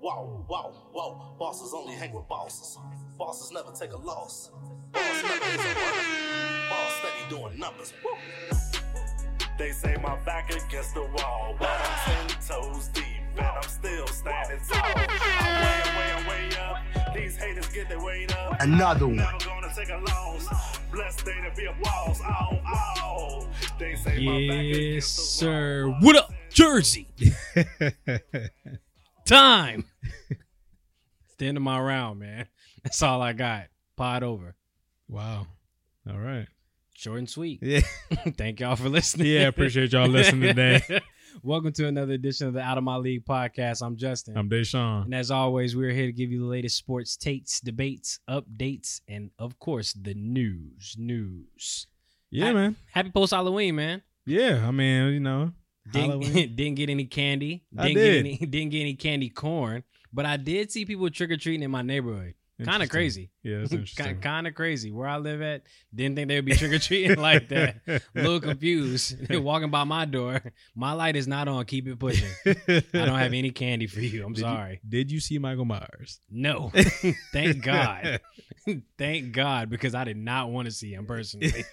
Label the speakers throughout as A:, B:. A: Whoa, whoa, whoa. Bosses only hang with bosses. Bosses never take a loss. Boss never is a winner. Boss steady doing numbers. Woo.
B: They say my back against the wall, but I'm ten toes deep and I'm still standing tall. I'm way, way, way up. These haters get their weight up.
C: Another one.
B: Never gonna take a loss. Blessed day to be a boss. Oh, oh. They say my back
D: Yes,
B: against the wall.
D: sir. What up, Jersey? Time. it's the end of my round, man. That's all I got. Pod over.
E: Wow. All right.
D: Short and sweet.
E: Yeah.
D: Thank y'all for listening.
E: Yeah. Appreciate y'all listening today.
D: Welcome to another edition of the Out of My League podcast. I'm Justin.
E: I'm Deshaun.
D: and as always, we're here to give you the latest sports takes, debates, updates, and of course, the news. News.
E: Yeah, man.
D: Happy post Halloween, man.
E: Yeah. I mean, you know, Halloween.
D: Didn't, didn't get any candy. Didn't
E: I
D: get
E: did.
D: any didn't get any candy corn. But I did see people trick or treating in my neighborhood. Kind
E: Interesting.
D: of crazy.
E: Yeah, that's interesting.
D: kind of crazy. Where I live at, didn't think they would be trick or treating like that. A little confused. They're walking by my door. My light is not on. Keep it pushing.
E: I
D: I don't have any candy for you. I'm sorry.
E: did you see Michael Myers?
D: No. Thank God. Thank God because I did not want to see him personally.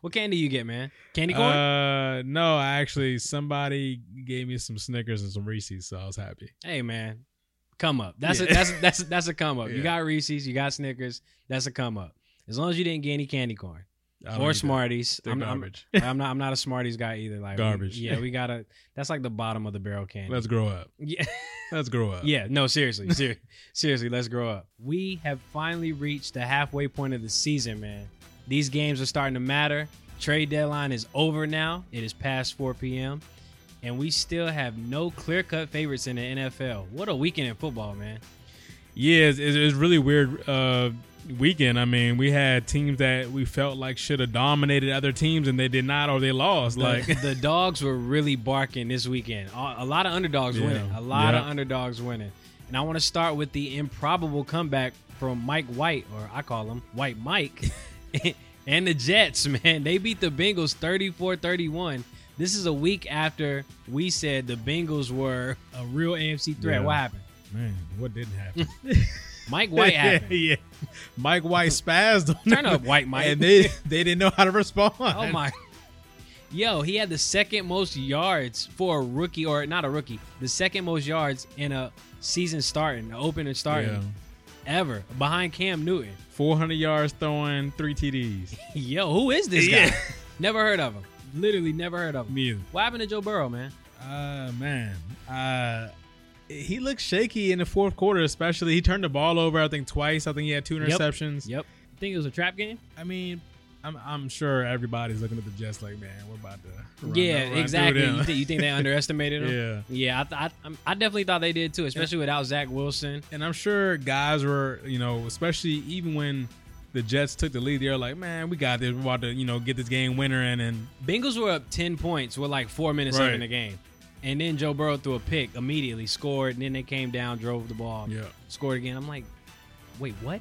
D: what candy you get, man? Candy corn?
E: Uh, no, I actually somebody gave me some Snickers and some Reese's, so I was happy.
D: hey man, come up. That's a
E: Yeah.
D: that's a, that's a, that's a come up. You
E: Yeah.
D: got Reese's, you got Snickers. That's a come up. As long as you didn't get any candy corn
E: I don't
D: or
E: eat that.
D: Smarties,
E: They're
D: I'm, I'm-
E: garbage.
D: I'm not. I'm not a Smarties guy either. Like we-
E: Garbage.
D: yeah, we gotta. That's like the bottom of the barrel candy.
E: Let's grow up.
D: yeah,
E: Let's grow up.
D: yeah. No, seriously, ser- seriously. Let's grow up. We have finally reached the halfway point of the season, man. These games are starting to matter. Trade deadline is over now. It is past 4 p.m. And we still have no clear cut favorites in the NFL. What a weekend in football, man.
E: Yeah, it's, it's, it's really weird uh, weekend. I mean, we had teams that we felt like should have dominated other teams, and they did not, or they lost.
D: Like
E: Like,
D: the dogs were really barking this weekend. A a lot of underdogs
E: Yeah.
D: winning. A lot of
E: Yeah.
D: underdogs winning. And I want to start with the improbable comeback from Mike White, or I call him White Mike, and the Jets, man. They beat the Bengals 34 31. This is a week after we said the Bengals were a real AFC threat.
E: Yeah.
D: What happened?
E: man, what didn't happen?
D: Mike White happened.
E: yeah, Mike White spazzed on
D: Turn
E: them,
D: up, White Mike.
E: and they they didn't know how to respond.
D: Oh my. Yo, he had the second most yards for a rookie, or not a rookie, the second most yards in a season starting, an opener starting
E: Yeah.
D: ever, behind Cam Newton.
E: 400 yards throwing, three TDs.
D: Yo, who is this
E: Yeah.
D: guy? Never heard of him. Literally never heard of him.
E: Me.
D: What happened to Joe Burrow, man?
E: Uh man, uh, he looked shaky in the fourth quarter, especially. He turned the ball over, I think, twice. I think he had two
D: Yep.
E: interceptions.
D: Yep. Think it was a trap game?
E: I mean, I'm I'm sure everybody's looking at the Jets like, man, we're about to. Run,
D: yeah,
E: run through
D: exactly.
E: them."
D: You, thi- you think they underestimated him?
E: yeah,
D: Yeah, I, th- I, I'm- I definitely thought they did too, especially without Zach Wilson.
E: and I'm sure guys were, you know, especially even when the Jets took the lead, they were like, man, we got this. We're about to, you know, get this game winner in, and
D: Bengals were up 10 points with like four minutes left in the
E: Right.
D: game. And then Joe Burrow threw a pick immediately, scored, and then they came down, drove the ball,
E: yeah,
D: scored again. I'm like, wait, what?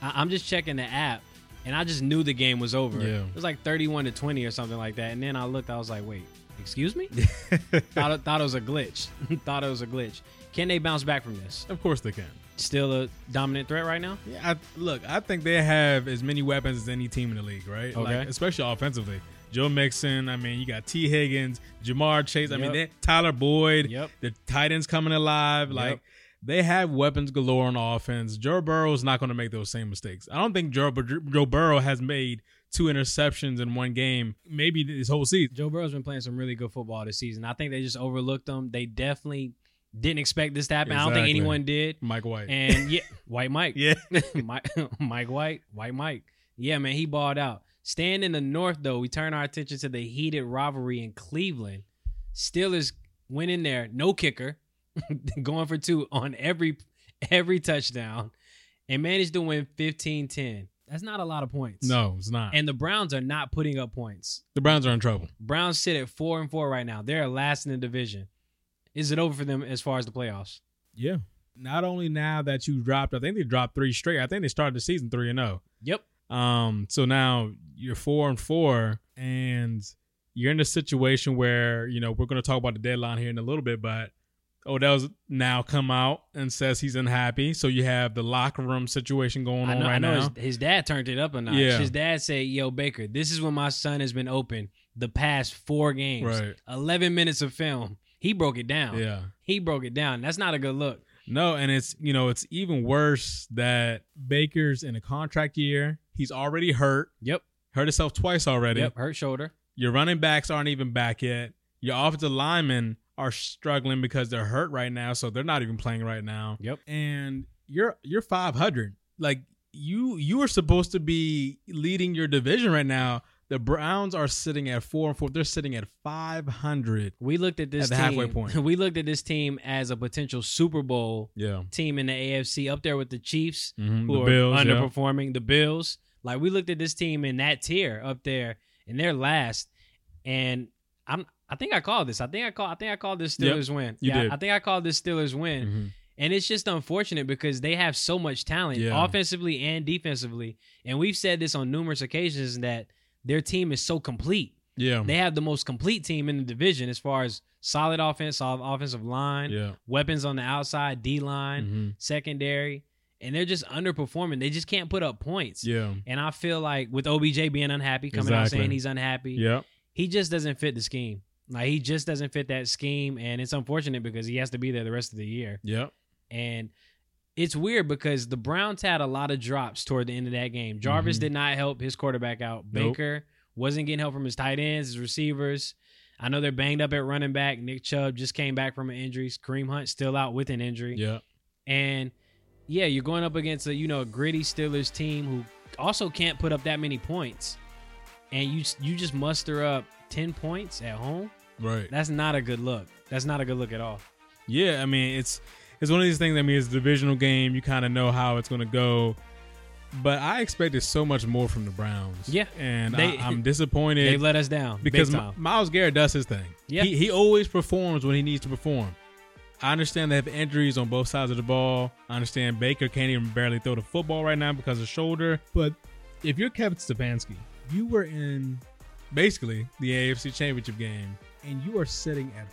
D: I- I'm just checking the app, and I just knew the game was over.
E: Yeah.
D: It was like 31 to 20 or something like that. And then I looked, I was like, wait, excuse me? thought, it, thought it was a glitch. thought it was a glitch. Can they bounce back from this?
E: of course they can.
D: Still a dominant threat right now?
E: Yeah, I, look, I think they have as many weapons as any team in the league, right?
D: Okay.
E: Like, especially offensively. Joe Mixon, I mean, you got T. Higgins, Jamar Chase, I mean,
D: Yep.
E: they, Tyler Boyd,
D: Yep.
E: the Titans coming alive. Like,
D: Yep.
E: they have weapons galore on offense. Joe Burrow's not going to make those same mistakes. I don't think Joe, Bur- Joe Burrow has made two interceptions in one game, maybe this whole season.
D: Joe Burrow's been playing some really good football this season. I think they just overlooked him. They definitely didn't expect this to happen. I don't think
E: Exactly.
D: anyone did.
E: Mike White.
D: And yeah, White Mike.
E: yeah.
D: Mike, Mike White, White Mike. Yeah, man, he balled out. Staying in the North, though, we turn our attention to the heated rivalry in Cleveland. Steelers went in there, no kicker, going for two on every every touchdown, and managed to win 15-10. That's not a lot of points.
E: No, it's not.
D: And the Browns are not putting up points.
E: the Browns are in trouble.
D: Browns sit at four and four right now. They're last in the division. Is it over for them as far as the playoffs?
E: Yeah. Not only now that you dropped, I think they dropped three straight. I think they started the season three and oh. zero.
D: Yep.
E: Um, so now you're four and four, and you're in a situation where you know we're going to talk about the deadline here in a little bit, but Odell's now come out and says he's unhappy. So you have the locker room situation going
D: I
E: on
D: know,
E: right
D: I know
E: now.
D: His, his dad turned it up a notch.
E: Yeah.
D: His dad said, "Yo, Baker, this is when my son has been open the past four games.
E: Right.
D: Eleven minutes of film. He broke it down.
E: Yeah.
D: He broke it down. That's not a good look.
E: No, and it's you know it's even worse that Baker's in a contract year. He's already hurt.
D: Yep.
E: Hurt himself twice already.
D: Yep. Hurt shoulder.
E: Your running backs aren't even back yet. Your offensive linemen are struggling because they're hurt right now, so they're not even playing right now.
D: Yep.
E: And you're you're 500. Like you you are supposed to be leading your division right now. The Browns are sitting at 4 and 4. They're sitting at 500.
D: We looked at this
E: At the halfway
D: team-
E: point.
D: We looked at this team as a potential Super Bowl
E: Yeah.
D: team in the AFC, up there with the Chiefs,
E: Mhm.
D: who
E: The
D: are
E: Bills, yeah.
D: underperforming. The Bills, like we looked at this team in that tier up there, and they're last. And I'm, I think I called this. I think I call. I think I called this
E: Yep,
D: Steelers win.
E: you
D: yeah,
E: did.
D: I think I called this Steelers win.
E: Mhm.
D: And it's just unfortunate because they have so much talent
E: Yeah.
D: offensively and defensively. And we've said this on numerous occasions that their team is so complete.
E: Yeah.
D: They have the most complete team in the division as far as solid offense, solid offensive line,
E: yeah.
D: weapons on the outside, D line,
E: Mhm.
D: secondary, and they're just underperforming. They just can't put up points.
E: Yeah.
D: And I feel like with OBJ being unhappy, coming out
E: Exactly.
D: saying he's unhappy,
E: Yeah.
D: he just doesn't fit the scheme. Like he just doesn't fit that scheme, and it's unfortunate because he has to be there the rest of the year.
E: Yeah.
D: And it's weird because the Browns had a lot of drops toward the end of that game. Jarvis
E: Mhm.
D: did not help his quarterback out.
E: Nope.
D: Baker wasn't getting help from his tight ends, his receivers. I know they're banged up at running back. Nick Chubb just came back from an injury. Kareem Hunt still out with an injury.
E: Yeah.
D: And yeah, you're going up against a you know a gritty Steelers team who also can't put up that many points. And you you just muster up 10 points at home.
E: Right.
D: That's not a good look. That's not a good look at all.
E: Yeah, I mean it's it's one of these things. I mean, it's a divisional game. You kind of know how it's going to go, but I expected so much more from the Browns.
D: Yeah.
E: and
D: They-
E: I, am
D: They
E: disappointed
D: let us down
E: because
D: big
E: My-
D: time.
E: Miles Garrett does his thing.
D: Yeah.
E: he, he always performs when he needs to perform. I understand they have injuries on both sides of the ball. I understand Baker can't even barely throw the football right now because of shoulder. But if you're Kevin Stefanski, you were in basically the AFC Championship game, and you are sitting at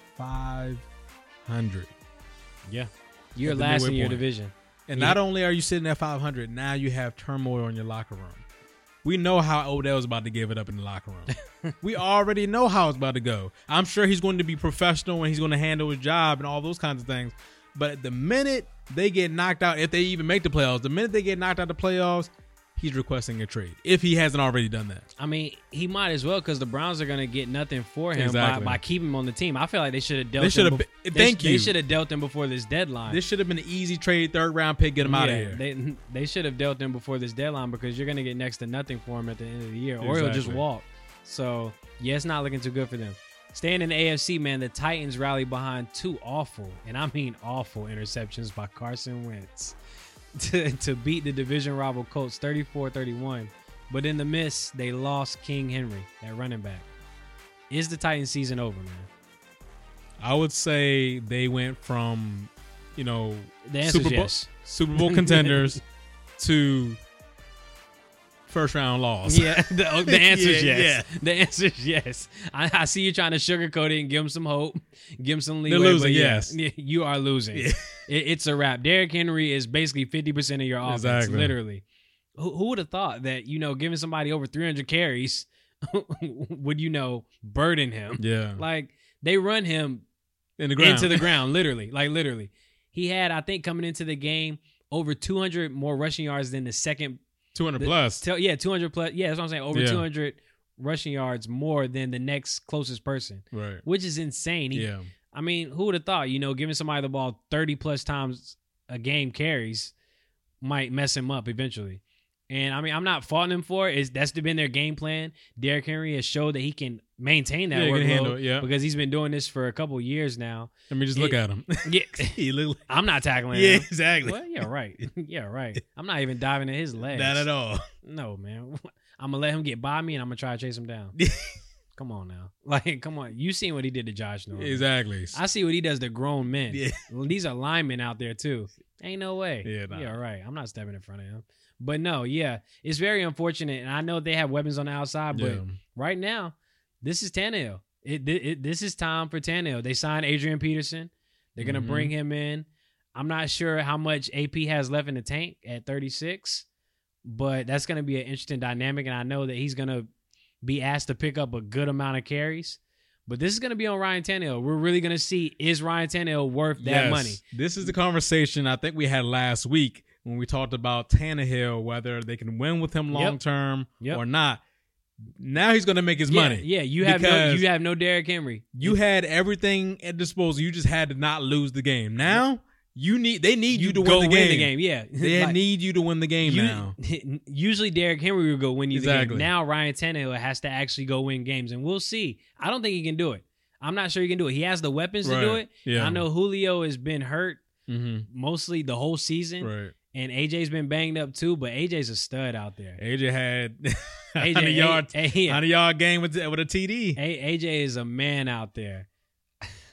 E: 500.
D: yeah, you're
E: At the
D: last in
E: midway
D: your
E: point.
D: division.
E: And not only are you sitting at 500, now you have turmoil in your locker room. We know how Odell's about to give it up in the locker room. we already know how it's about to go. I'm sure he's going to be professional and he's going to handle his job and all those kinds of things. But the minute they get knocked out, if they even make the playoffs, the minute they get knocked out of the playoffs, he's requesting a trade if he hasn't already done that.
D: I mean, he might as well because the Browns are going to get nothing for him
E: Exactly.
D: by, by keeping him on the team. I feel like they should have dealt.
E: They
D: him
E: should've
D: bef-
E: be-
D: they
E: thank
D: sh-
E: you.
D: They should have dealt him before this deadline.
E: This should have been an easy trade, third round pick, get him out of
D: Yeah,
E: here.
D: They they should have dealt him before this deadline because you're going to get next to nothing for him at the end of the year, or he'll just
E: Exactly.
D: walk. So yeah, it's not looking too good for them. Staying in the AFC, man, the Titans rally behind two awful, and I mean awful, interceptions by Carson Wentz to, to beat the division rival Colts 34-31. But in the midst, they lost King Henry, that running back. Is the Titans season over, man?
E: I would say they went from, you know,
D: The answer's
E: Super Bowl,
D: yes.
E: Super Bowl contenders to first round loss.
D: Yeah, the, the answer's
E: Oh, Yeah,
D: yes. The answer's yes. I, I see you trying to sugarcoat it and give them some hope, give them some leeway.
E: losing,
D: but yeah,
E: yes.
D: yeah, you are losing.
E: Yeah.
D: It- it's a wrap. Derrick Henry is basically fifty percent of your offense,
E: Exactly.
D: literally. Who, who would have thought that you know giving somebody over three hundred carries would you know burden him?
E: Yeah.
D: Like they run him
E: in the ground.
D: into the ground, literally, like literally. He had, I think, coming into the game over two hundred more rushing yards than the second
E: 200
D: the-
E: plus.
D: Tell, yeah, 200 plus. Yeah, that's what I'm saying. Over
E: Yeah.
D: 200 rushing yards more than the next closest person,
E: right.
D: which is insane. He-
E: Yeah.
D: I mean, who would have thought, you know, giving somebody the ball 30 plus times a game carries might mess him up eventually. And I mean, I'm not faulting him for it. It's, that's been their game plan. Derrick Henry has showed that he can maintain that
E: Yeah, he
D: workload
E: can handle it, yeah.
D: because he's been doing this for a couple years now.
E: I mean, just look
D: it-
E: at him.
D: Yeah,
E: he look
D: I'm not tackling
E: Yeah,
D: him.
E: exactly.
D: Well, yeah, right. Yeah, right. I'm not even diving at his legs.
E: Not at all.
D: No, man. I'm gonna let him get by me, and I'm gonna try to chase him down. come on now, like, come on. You seen what he did to Josh Norman?
E: Exactly.
D: I see what he does to grown men.
E: Yeah.
D: Well, These are linemen out there too. Ain't no way.
E: Yeah, nah.
D: yeah, right. I'm not stepping in front of him. But no, yeah, it's very unfortunate, and I know they have weapons on the outside, but
E: yeah.
D: right now, this is Tannehill. It, thi- it- this is time for Tannehill. They signed Adrian Peterson. They're gonna
E: Mhm.
D: bring him in. I'm not sure how much AP has left in the tank at 36, but that's gonna be an interesting dynamic. And I know that he's gonna be asked to pick up a good amount of carries. But this is gonna be on Ryan Tannehill. We're really gonna see is Ryan Tannehill worth that
E: Yes.
D: money?
E: This is the conversation I think we had last week when we talked about Tannehill, whether they can win with him
D: Yep.
E: long term
D: Yep.
E: or not. Now he's going to make his
D: Yeah,
E: money.
D: Yeah, you have no,
E: Because-
D: you have no Derrick Henry.
E: You had everything at disposal. You just had to not lose the game. Now you need they need you, to
D: go
E: win the game.
D: Yeah,
E: They
D: Like,
E: need you to win the game
D: you-
E: now.
D: Usually Derrick Henry will go win you the game.
E: Exactly.
D: Now Ryan Tannehill has to actually go win games, and we'll see. I don't think he can do it. I'm not sure he can do it. He has the weapons to do
E: Right.
D: it.
E: Yeah,
D: I know Julio has been hurt
E: Mm-hmm.
D: mostly the whole season,
E: Right.
D: and AJ's been banged up too. But AJ's a stud out there.
E: AJ had
D: AJ,
E: hundred yard
D: A- A- yeah.
E: hundred yard game with with a TD.
D: A- AJ is a man out there.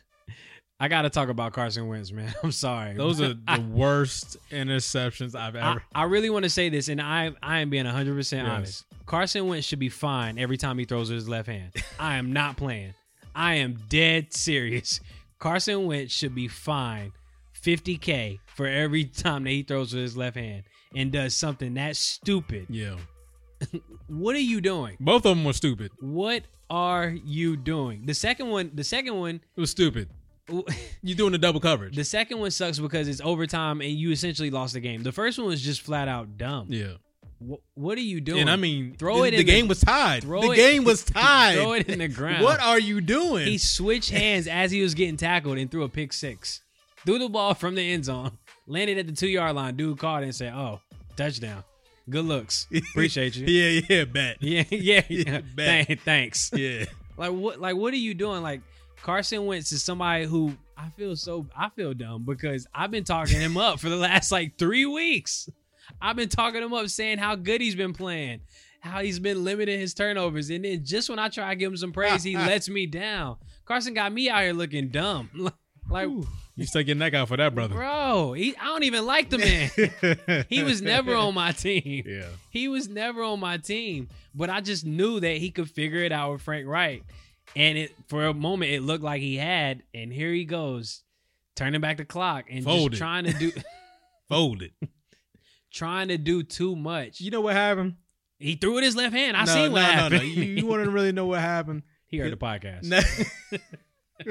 D: I got to talk about Carson Wentz, man. I'm sorry.
E: Those are the worst interceptions I've
D: I,
E: ever.
D: I really want to say this, and I I am being 100 percent
E: Yes.
D: honest. Carson Wentz should be fine every time he throws with his left hand. I am not playing. I am dead serious. Carson Wentz should be fine 50k for every time that he throws with his left hand and does something that stupid.
E: yeah,
D: What are you doing?
E: both of them were stupid.
D: What are you doing? The second one, the second one,
E: It was stupid. You're doing the double coverage.
D: the second one sucks because it's overtime and you essentially lost the game. The first one was just flat out dumb.
E: yeah,
D: Wh- what are you doing?
E: and I mean,
D: Throw it
E: The
D: in the-
E: game was tied.
D: throw
E: the
D: it-
E: game was tied.
D: throw it in the ground.
E: What are you doing?
D: He switched hands as he was getting tackled and threw a pick six. Threw the ball from the end zone, landed at the two yard line. Dude called and said, "Oh, touchdown! Good looks. Appreciate you."
E: yeah, yeah, bet.
D: yeah, yeah, yeah.
E: Yeah, bet.
D: Thank- thanks.
E: yeah.
D: Like what? Like what are you doing? Like Carson Wentz is somebody who I feel so I feel dumb because I've been talking him up for the last like three weeks. I've been talking him up, saying how good he's been playing, how he's been limiting his turnovers, and then just when I try to give him some praise, he lets me down. Carson got me out here looking dumb. Like,
E: You stuck your neck out for that, brother.
D: bro, he, I don't even like the man. he was never on my team.
E: Yeah.
D: He was never on my team, but I just knew that he could figure it out with Frank Wright. And it for a moment it looked like he had, and here he goes, turning back the clock and
E: Folded.
D: just trying to do
E: Folded.
D: trying to do too much.
E: You know what happened?
D: He threw it his left hand. I
E: no,
D: seen
E: no,
D: what happened.
E: No, no. You, you want to really know what happened?
D: he heard the podcast.
E: No.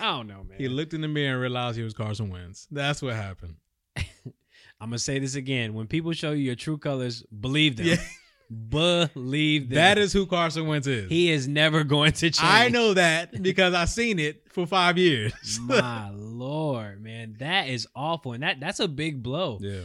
D: I don't know, man.
E: he looked in the mirror and realized he was Carson Wentz. That's what happened.
D: I'm gonna say this again. When people show you your true colors, believe them.
E: Yeah.
D: Believe them.
E: That is who Carson Wentz is.
D: he is never going to change.
E: I know that because I've seen it for five years.
D: My lord, man, that is awful, and that that's a big blow.
E: Yeah.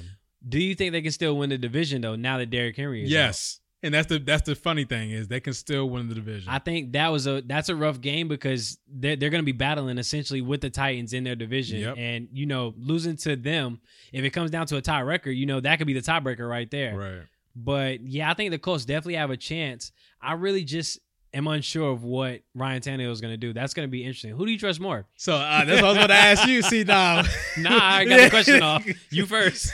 D: Do you think they can still win the division though? Now that Derrick Henry is out?
E: Yes. And that's the that's the funny thing is they can still win the division.
D: I think that was a that's a rough game because they're they're going to be battling essentially with the Titans in their division,
E: Yep.
D: and you know losing to them if it comes down to a tie record, you know that could be the tiebreaker right there.
E: right.
D: But yeah, I think the Colts definitely have a chance. I really just am unsure of what Ryan Tannehill is going to do. That's going to be interesting. Who do you trust more?
E: So uh, that's what I was going to ask you. See now.
D: Nah, I got the question off. You first.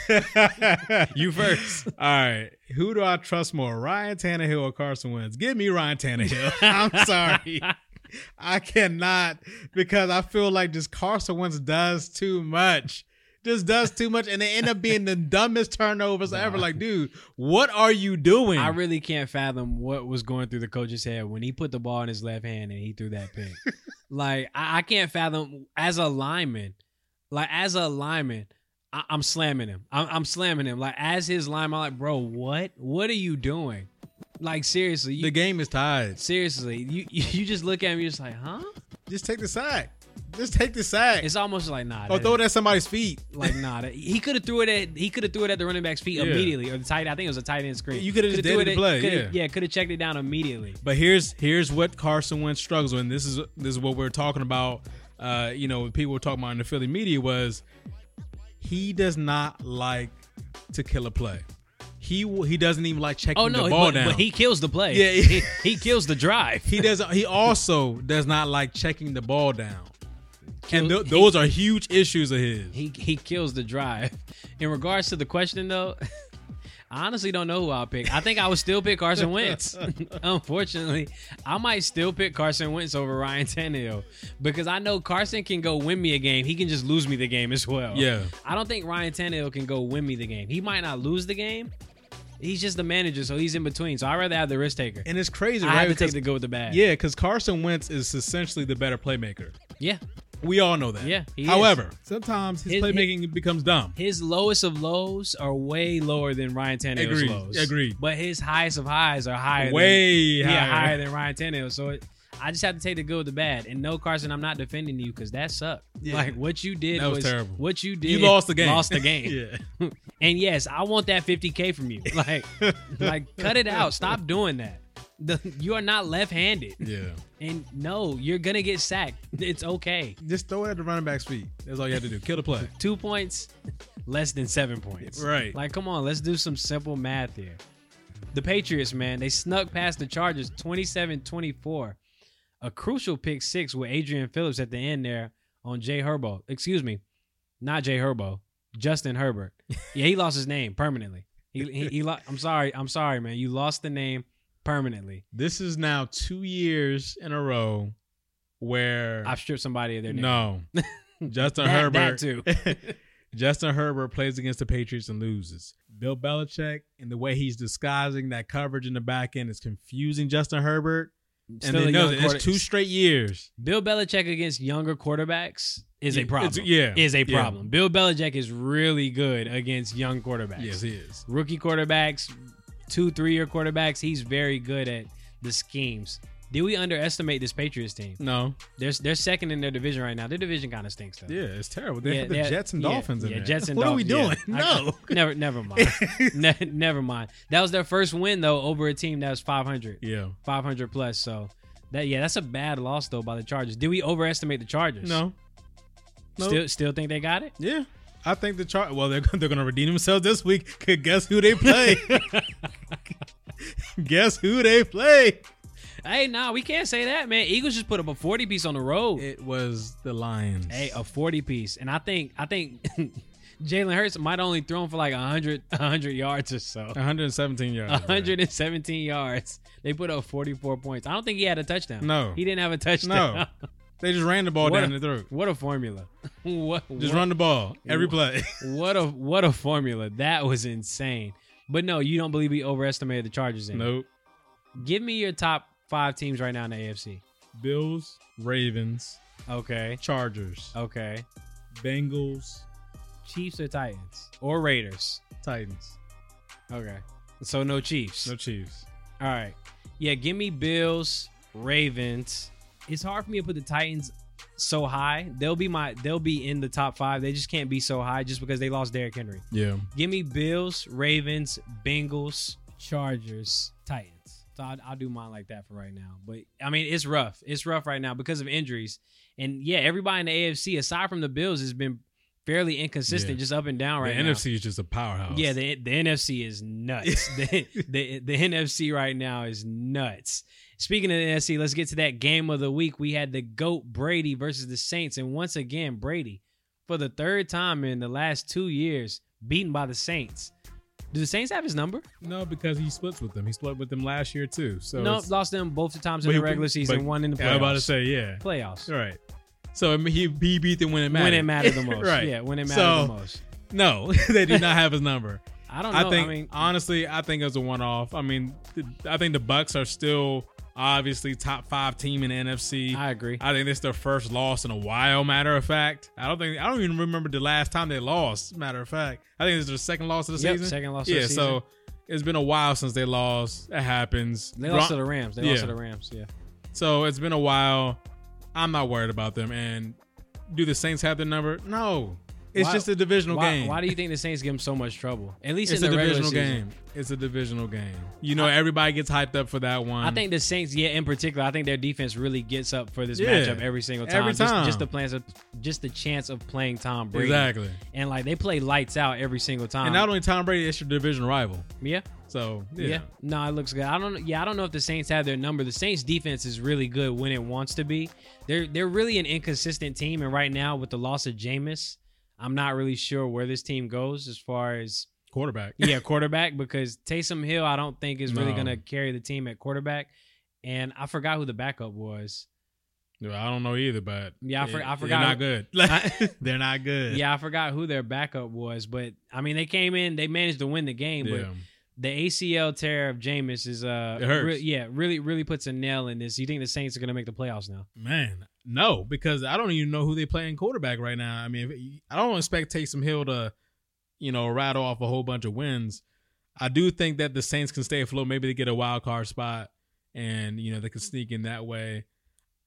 E: you first. All right. Who do I trust more, Ryan Tannehill or Carson Wentz? Give me Ryan Tannehill. I'm sorry. I cannot because I feel like just Carson Wentz does too much. Just does too much, and they end up being the dumbest turnovers ever. Like, dude, what are you doing?
D: I really can't fathom what was going through the coach's head when he put the ball in his left hand and he threw that pick. like I, I can't fathom as a lineman, like as a lineman, I, I'm slamming him. I'm, I'm slamming him. Like as his lineman, I'm like, bro, what? What are you doing? Like seriously, you,
E: the game is tied.
D: seriously, you you just look at me, you're just like, huh?
E: Just take the sack. Just take the sack.
D: It's almost like nah.
E: Or
D: that
E: Oh, throw
D: is-
E: it at somebody's feet.
D: Like nah, that- he could have threw it at he could have threw it at the running back's feet
E: Yeah.
D: immediately or the tight. I think it was a tight end screen.
E: You coulda just
D: Coulda threw
E: deaded
D: it
E: the
D: at-
E: play,
D: coulda-
E: yeah.
D: yeah, could have checked it down immediately.
E: But here's here's what Carson Wentz struggles with. And this is this is what we're talking about. Uh, you know, people were talking about in the Philly media was he does not like to kill a play. He w- he doesn't even like checking
D: Oh no,
E: the ball
D: but,
E: down.
D: but he kills the play.
E: Yeah.
D: he, he kills the drive.
E: he does he also does not like checking the ball down.
D: Kill-
E: and th-
D: he-
E: those are huge issues of his.
D: He he kills the drive. In regards to the question though, I honestly don't know who I'll pick. I think I would still pick Carson Wentz. Unfortunately, I might still pick Carson Wentz over Ryan Tannehill because I know Carson can go win me a game. He can just lose me the game as well.
E: Yeah.
D: I don't think Ryan Tannehill can go win me the game. He might not lose the game. He's just the manager, so he's in between. So I'd rather have the risk taker.
E: And it's crazy,
D: I have
E: right?
D: to take
E: Because-
D: the good with the bad.
E: yeah, because Carson Wentz is essentially the better playmaker.
D: Yeah.
E: We all know that.
D: Yeah, he
E: However, sometimes his,
D: His-
E: playmaking becomes dumb.
D: His lowest of lows are way lower than Ryan Tannehill's
E: Agreed,
D: lows.
E: agreed.
D: But his highest of highs are higher. than,
E: Way higher.
D: yeah, higher than Ryan Tannehill. So it, I just have to take the good with the bad. And no, Carson, I'm not defending you because that sucked.
E: Yeah.
D: Like what you did
E: That was terrible.
D: What you did,
E: You lost the game.
D: Lost the game.
E: yeah.
D: And yes, I want that 50k from you. Like, like cut it out. Stop doing that. The, you are not left-handed.
E: Yeah.
D: And no, you're gonna get sacked. It's okay.
E: Just throw it at the running back's feet. That's all you have to do. Kill the play.
D: Two points, less than seven points.
E: Right.
D: Like, come on, let's do some simple math here. The Patriots, man, they snuck past the Chargers 27 24. A crucial pick six with Adrian Phillips at the end there on Jay Herbo. Excuse me, not Jay Herbo, Justin Herbert. Yeah, he lost his name permanently. He, he, he lo- I'm sorry. I'm sorry, man. You lost the name permanently.
E: This is now two years in a row where
D: I've stripped somebody of their name.
E: no Justin
D: That- that
E: Herbert
D: too.
E: Justin Herbert plays against the Patriots and loses. Bill Belichick and the way he's disguising that coverage in the back end is confusing Justin Herbert.
D: Still
E: and
D: a
E: they know
D: young
E: that
D: quarter-
E: it's two straight years.
D: Bill Belichick against younger quarterbacks is a
E: It's-
D: problem.
E: yeah,
D: is a
E: yeah.
D: problem. Bill Belichick is really good against young quarterbacks.
E: Yes, he is.
D: Rookie quarterbacks, two, three year quarterbacks, he's very good at the schemes. Did we underestimate this Patriots team?
E: No.
D: They're, they're second in their division right now. Their division kind of stinks, though.
E: Yeah, it's terrible. They
D: Yeah,
E: have the
D: yeah,
E: Jets and
D: yeah,
E: Dolphins in
D: yeah,
E: there.
D: Jets and
E: what are we
D: Dolphins,
E: doing?
D: yeah. I-
E: No.
D: Never, never mind. Ne- never mind. That was their first win though over a team that was 500,
E: yeah.
D: 500 plus. So that yeah, that's a bad loss though by the Chargers. Did we overestimate the Chargers?
E: No. Nope.
D: Still, still think they got it?
E: Yeah. I think the chart. Well, they're they're gonna redeem themselves this week. 'cause guess who they play? guess who they play?
D: Hey, nah, we can't say that, man. Eagles just put up a forty piece on the road.
E: It was the Lions.
D: hey, a forty piece, and I think I think Jalen Hurts might only thrown for like 100, 100 yards or so,
E: 117 yards. bro.
D: hundred and seventeen yards. They put up forty four points. I don't think he had a touchdown.
E: No.
D: he didn't have a touchdown.
E: They just ran the ball
D: What
E: down
D: a-
E: the throat.
D: what a formula. what what,
E: Just run the ball every play.
D: what a what a formula. That was insane. But no, you don't believe we overestimated the Chargers. In
E: nope.
D: Give me your top five teams right now in the AFC.
E: Bills, Ravens,
D: Okay.
E: Chargers,
D: Okay.
E: Bengals,
D: Chiefs or Titans or Raiders.
E: Titans.
D: Okay. So no Chiefs.
E: No Chiefs.
D: All right. Yeah, give me Bills, Ravens. It's hard for me to put the Titans so high. They'll be my they'll be in the top 5. They just can't be so high just because they lost Derrick Henry.
E: Yeah.
D: Give me Bills, Ravens, Bengals, Chargers, Titans. So I'll, I'll do mine like that for right now. But I mean, it's rough. It's rough right now because of injuries. And yeah, everybody in the AFC aside from the Bills has been fairly inconsistent,
E: Yeah.
D: just up and down right
E: the
D: now.
E: NFC is just a powerhouse.
D: Yeah, the, the NFC is nuts. the, the the NFC right now is nuts. Speaking of the NFC, let's get to that game of the week. We had the GOAT Brady versus the Saints. And once again, Brady, for the third time in the last two years, beaten by the Saints. Do the Saints have his number?
E: no, because he splits with them. He split with them last year too. So
D: no,
E: it's-
D: lost them both the times in
E: but
D: the
E: he-
D: regular season,
E: but-
D: one in the playoffs.
E: I was about to say yeah.
D: playoffs.
E: All right. So I mean, he he beat them when it mattered.
D: When it mattered the most.
E: Right.
D: Yeah, when it mattered
E: So-
D: the most.
E: No, they do not have his number.
D: I don't know.
E: I think
D: I mean,
E: honestly, I think it was a one off. I mean, th- I think the Bucks are still obviously top five team in the NFC.
D: I agree.
E: I think this is their first loss in a while. Matter of fact, I don't think I don't even remember the last time they lost. Matter of fact, I think this is their second loss of the
D: Yep,
E: season.
D: second loss of
E: Yeah,
D: the season.
E: so it's been a while since they lost. It happens.
D: they lost to
E: Gron-
D: the Rams. They lost
E: Yeah.
D: to the Rams. Yeah.
E: so it's been a while. I'm not worried about them. And do the Saints have their number? No, it's
D: Why-
E: just a divisional
D: Why,
E: game.
D: why do you think the Saints give him so much trouble? At least
E: It's
D: in
E: a
D: the regular
E: divisional
D: season.
E: game. It's a divisional game. You know, everybody gets hyped up for that one.
D: I think the Saints, yeah, in particular, I think their defense really gets up for this
E: Yeah.
D: matchup every single time.
E: Every
D: Just,
E: time.
D: just the plans of, just the chance of playing Tom Brady. Um,
E: exactly.
D: And like they play lights out every single time.
E: And not only Tom Brady, it's your division rival.
D: yeah,
E: So yeah,
D: yeah, No, it looks good. I don't. Yeah, I don't know if the Saints have their number. The Saints defense is really good when it wants to be. They're they're really an inconsistent team, and right now with the loss of Jameis, I'm not really sure where this team goes as far as
E: quarterback.
D: Yeah, quarterback because Taysom Hill, I don't think is really
E: No.
D: gonna carry the team at quarterback. And I forgot who the backup was.
E: Yeah, I don't know either, but
D: Yeah, I for-
E: it-
D: I forgot.
E: They're not
D: I-
E: good. they're not good.
D: Yeah, I forgot who their backup was, but I mean they came in, they managed to win the game, but
E: yeah.
D: the ACL tear of Jameis is uh
E: It hurts.
D: re- yeah, really really puts a nail in this. You think the Saints are gonna make the playoffs now?
E: Man, no, because I don't even know who they playing quarterback right now. I mean, if, I don't expect Taysom Hill to, you know, rattle off a whole bunch of wins. I do think that the Saints can stay afloat. Maybe they get a wild card spot, and you know they can sneak in that way.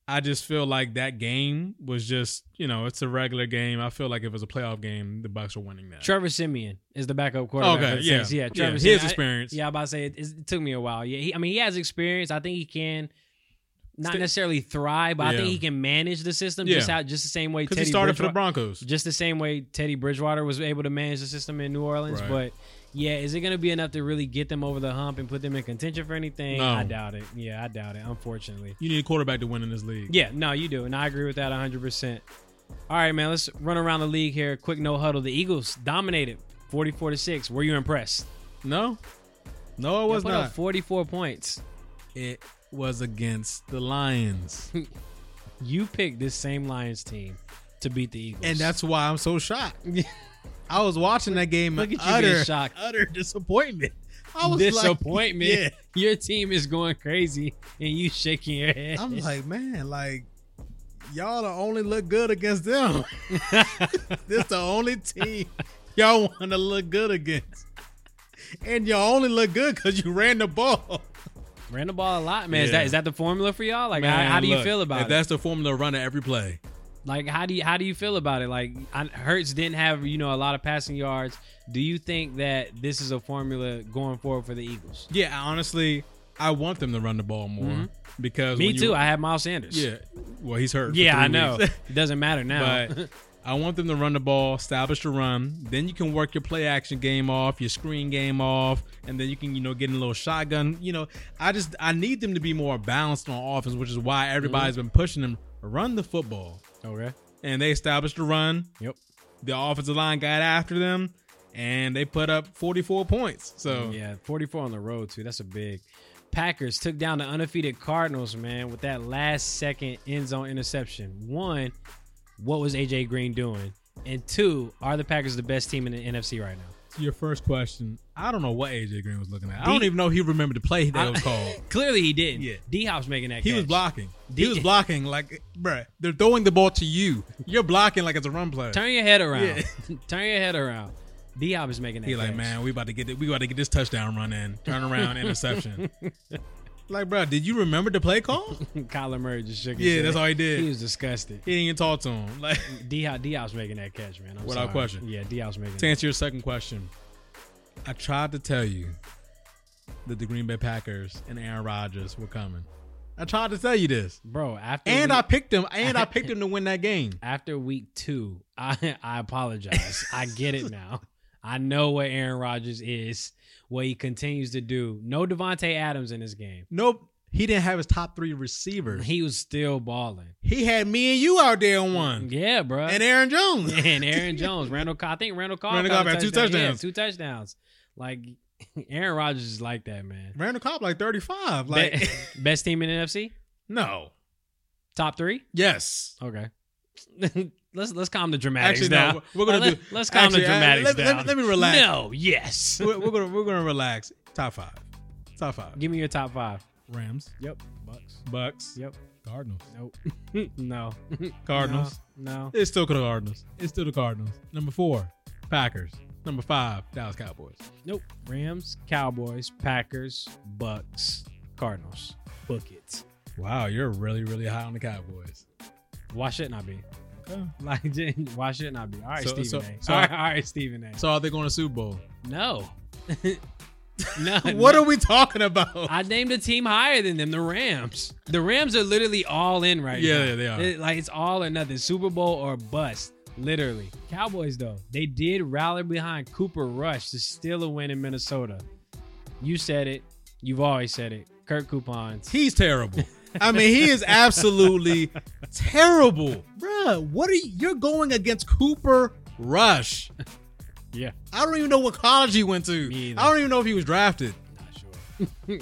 E: I just feel like that game was just, you know, it's a regular game. I feel like if it was a playoff game, the Bucks are winning that.
D: Trevor Simeon is the backup quarterback.
E: Okay,
D: for the
E: yeah.
D: Saints. yeah,
E: Yeah,
D: Trevor
E: his
D: Siemian. I-
E: experience.
D: yeah, I'm about to say it, it took me a while. Yeah, he, I mean he has experience. I think he can. Not
E: Stay-
D: necessarily thrive, but I think
E: Yeah.
D: he can manage the system just
E: Yeah.
D: how just the same way
E: Because
D: Teddy
E: he started for the
D: Bridgewater-
E: Broncos.
D: just the same way Teddy Bridgewater was able to manage the system in New Orleans.
E: Right.
D: But yeah, is it going to be enough to really get them over the hump and put them in contention for anything?
E: No.
D: I doubt it. Yeah, I doubt it. Unfortunately.
E: You need a quarterback to win in this league.
D: Yeah, no, you do, and I agree with that 100. percent All right, man, let's run around the league here. Quick no huddle. The Eagles dominated 44 to six. Were you impressed?
E: No, no, it was
D: Put
E: not.
D: up 44 points.
E: it was against the Lions.
D: You picked this same Lions team to beat the Eagles,
E: And that's why I'm so shocked. I was watching that game.
D: Look
E: in
D: at you being shocked.
E: Utter disappointment. I was
D: disappointment.
E: Like,
D: Your team is going crazy, and you shaking your head.
E: yeah. I'm like, man, like y'all are only look good against them. this the only team y'all want to look good against. And you only look good because you ran the ball.
D: Ran the ball a lot, man. Is
E: Yeah.
D: that is that the formula for y'all? Like, how, how do you feel about it?
E: That's the formula run at every play.
D: like, how do you how do you feel about it? Like, I- Hurts didn't have you know a lot of passing yards. Do you think that this is a formula going forward for the Eagles?
E: Yeah, honestly, I want them to run the ball more because
D: Mm-hmm. Me
E: when you-
D: too. I have Miles Sanders.
E: yeah, well, he's hurt. for
D: yeah,
E: three
D: I know.
E: weeks.
D: it doesn't matter now.
E: But I want them to run the ball, establish the run. Then you can work your play action game off, your screen game off, and then you can, you know, get in a little shotgun. You know, I just I need them to be more balanced on offense, which is why everybody's
D: Mm-hmm.
E: been pushing them. Run the football.
D: okay.
E: And they established the run.
D: Yep.
E: The offensive line got after them and they put up 44 points. So
D: Yeah, 44 on the road too. That's a big. Packers took down the undefeated Cardinals, man, with that last second end zone interception. One, what was AJ Green doing? And two, are the Packers the best team in the NFC right now?
E: to your first question, I don't know what AJ Green was looking at. I
D: D-
E: don't even know he remembered the play that
D: I-
E: was called.
D: Clearly, he didn't.
E: Yeah.
D: D Hop's making that.
E: He
D: catch.
E: was blocking.
D: D-
E: He was blocking like, bruh, they're throwing the ball to you. You're blocking like it's a run play.
D: Turn your head around. Turn your head around. D Hop is making that.
E: He like,
D: catch.
E: man, we about to get it. We about to get this touchdown run in. Turn around, interception. Like, bruh, did you remember the play call?
D: Kyler Murray just shook. his
E: Yeah,
D: head.
E: that's all he did.
D: He was disgusted.
E: He didn't even talk to him. Like,
D: D Hop, D Hop's making that catch, man. I'm
E: Without
D: sorry.
E: question.
D: Yeah, D Hop's making.
E: to
D: That.
E: answer your second question, I tried to tell you that the Green Bay Packers and Aaron Rodgers were coming. I tried to tell you this,
D: Bro, after
E: and
D: week,
E: I picked them. And I picked them to win that game.
D: after week two, I I apologize. I get it now. I know what Aaron Rodgers is, what he continues to do. No Devonte Adams in this game.
E: Nope, he didn't have his top three receivers.
D: He was still balling.
E: He had me and you out there on one.
D: Yeah, bro.
E: And Aaron Jones.
D: and Aaron Jones, Randall. Cobb- I think Randall Cobb.
E: Randall
D: caught
E: Cobb
D: a
E: had two
D: touchdown. Yeah,
E: touchdowns.
D: two touchdowns. Like Aaron Rodgers is like that, man.
E: Randall Cobb like 35.
D: Be-
E: Like
D: best team in NFC,
E: no.
D: top three.
E: Yes.
D: Okay, let's let's calm the dramatics
E: Actually,
D: down.
E: no. We're gonna
D: Let-
E: do.
D: let's calm
E: actually,
D: the
E: I-
D: dramatics
E: let, me-
D: down.
E: Let, me- let me relax.
D: No, yes.
E: We're, we're gonna we're gonna relax. Top five. Top five.
D: Give me your top five.
E: Rams.
D: Yep. Bucks.
E: Bucks.
D: Yep.
E: Cardinals.
D: Nope. Hmm, no.
E: Cardinals.
D: No.
E: It's still the Cardinals. It's still the Cardinals. Number four. Packers. Number five. Dallas Cowboys.
D: Nope. Rams, Cowboys, Packers, Bucks, Cardinals. Book it.
E: Wow, you're really really high on the Cowboys.
D: Why shouldn't I be? Like, why shouldn't I be? All right,
E: Oh. So-
D: Stephen
E: so-
D: A.
E: so-
D: all, right, all right, Stephen A.
E: So are they going to Super Bowl?
D: no. no.
E: What are we talking about?
D: I named a team higher than them, the Rams. The Rams are literally all in right now.
E: Yeah, yeah, they are.
D: It- like it's all or nothing, Super Bowl or bust, literally. Cowboys though, they did rally behind Cooper Rush to steal a win in Minnesota. You said it. You've always said it. Kurt coupons.
E: He's terrible. I mean, he is absolutely terrible. Bruh, what are you? You're going against Cooper Rush.
D: Yeah.
E: I don't even know what college he went to.
D: Me either.
E: I don't even know if he was drafted.
D: Not sure.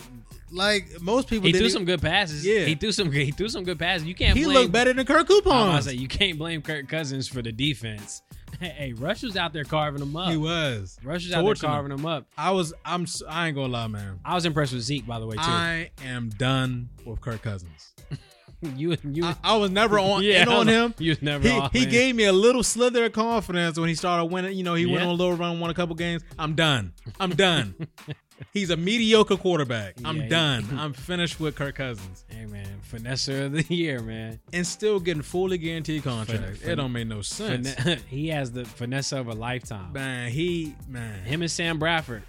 E: Like most people,
D: He
E: didn't
D: threw
E: even-
D: some good passes.
E: Yeah.
D: He threw some good- he threw some good passes. You can't
E: He
D: blame
E: looked better than Kirk
D: I
E: Coupons.
D: was like, you can't blame Kirk Cousins for the defense. hey, Rush was out there carving them up.
E: he was.
D: Rush was out there
E: Torching 'em.
D: carving them up.
E: I was. I'm. s- I ain't gonna lie, man.
D: I was impressed with Zeke, by the way, too.
E: I am done with Kirk Cousins.
D: you you
E: I, I was never on
D: yeah,
E: in on him.
D: You was never
E: He,
D: off,
E: he
D: man.
E: gave me a little slither of confidence when he started winning. You know, he went
D: Yeah.
E: on a little run, won a couple games. I'm done. I'm done. He's a mediocre quarterback. I'm
D: Yeah, he-
E: done. I'm finished with Kirk Cousins.
D: Hey man, finesser of the year, man.
E: And still getting fully guaranteed contracts.
D: fin-
E: it don't make no sense.
D: Fine- he has the finesse of a lifetime.
E: man, he man.
D: Him and Sam Bradford,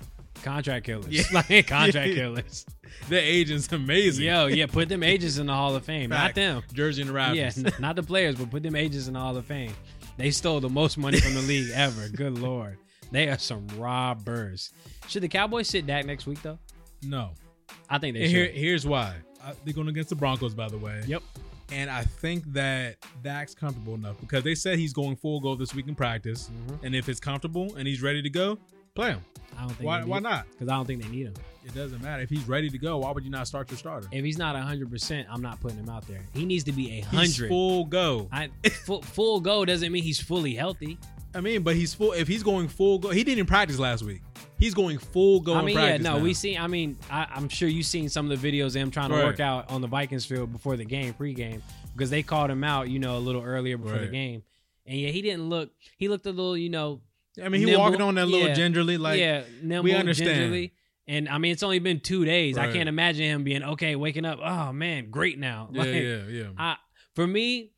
D: contract killers.
E: Yeah.
D: like contract
E: Yeah.
D: killers.
E: The agent's amazing.
D: Yo, yeah, put them agents in the Hall of Fame,
E: Fact.
D: not them.
E: Jersey and Rivals.
D: Yeah, n- not the players, but put them agents in the Hall of Fame. They stole the most money from the league ever. Good lord, they are some robbers. Should the Cowboys sit Dak next week though?
E: No.
D: I think they
E: And here,
D: should.
E: here's why. Uh, they're going against the Broncos, by the way.
D: Yep.
E: And I think that Dak's comfortable enough because they said he's going full goal this week in practice.
D: Mhm.
E: And if it's comfortable and he's ready to go, play him.
D: I don't think.
E: Why, why not?
D: Because I don't think they need him.
E: It doesn't matter. If he's ready to go, why would you not start your starter?
D: If he's not hundred percent, I'm not putting him out there. He needs to be a
E: He's
D: hundred.
E: full go.
D: I full, full go doesn't mean he's fully healthy.
E: I mean, but he's full. If he's going full go, he didn't even practice last week. He's going full go.
D: I
E: in
D: mean, yeah,
E: practice
D: no,
E: now.
D: we see. I mean, I, I'm sure you've seen some of the videos of him trying to
E: Right.
D: work out on the Vikings field before the game, pregame, because they called him out, you know, a little earlier before the
E: Right.
D: game, and yeah, he didn't look. He looked a little, you know,
E: I mean, he
D: nimble.
E: walking on that little
D: Yeah.
E: gingerly, like
D: yeah, nimble,
E: we understand.
D: gingerly. And I mean, it's only been two days. I
E: Right.
D: can't imagine him being okay, waking up. Oh man, great now.
E: yeah,
D: Like,
E: yeah, yeah.
D: For me,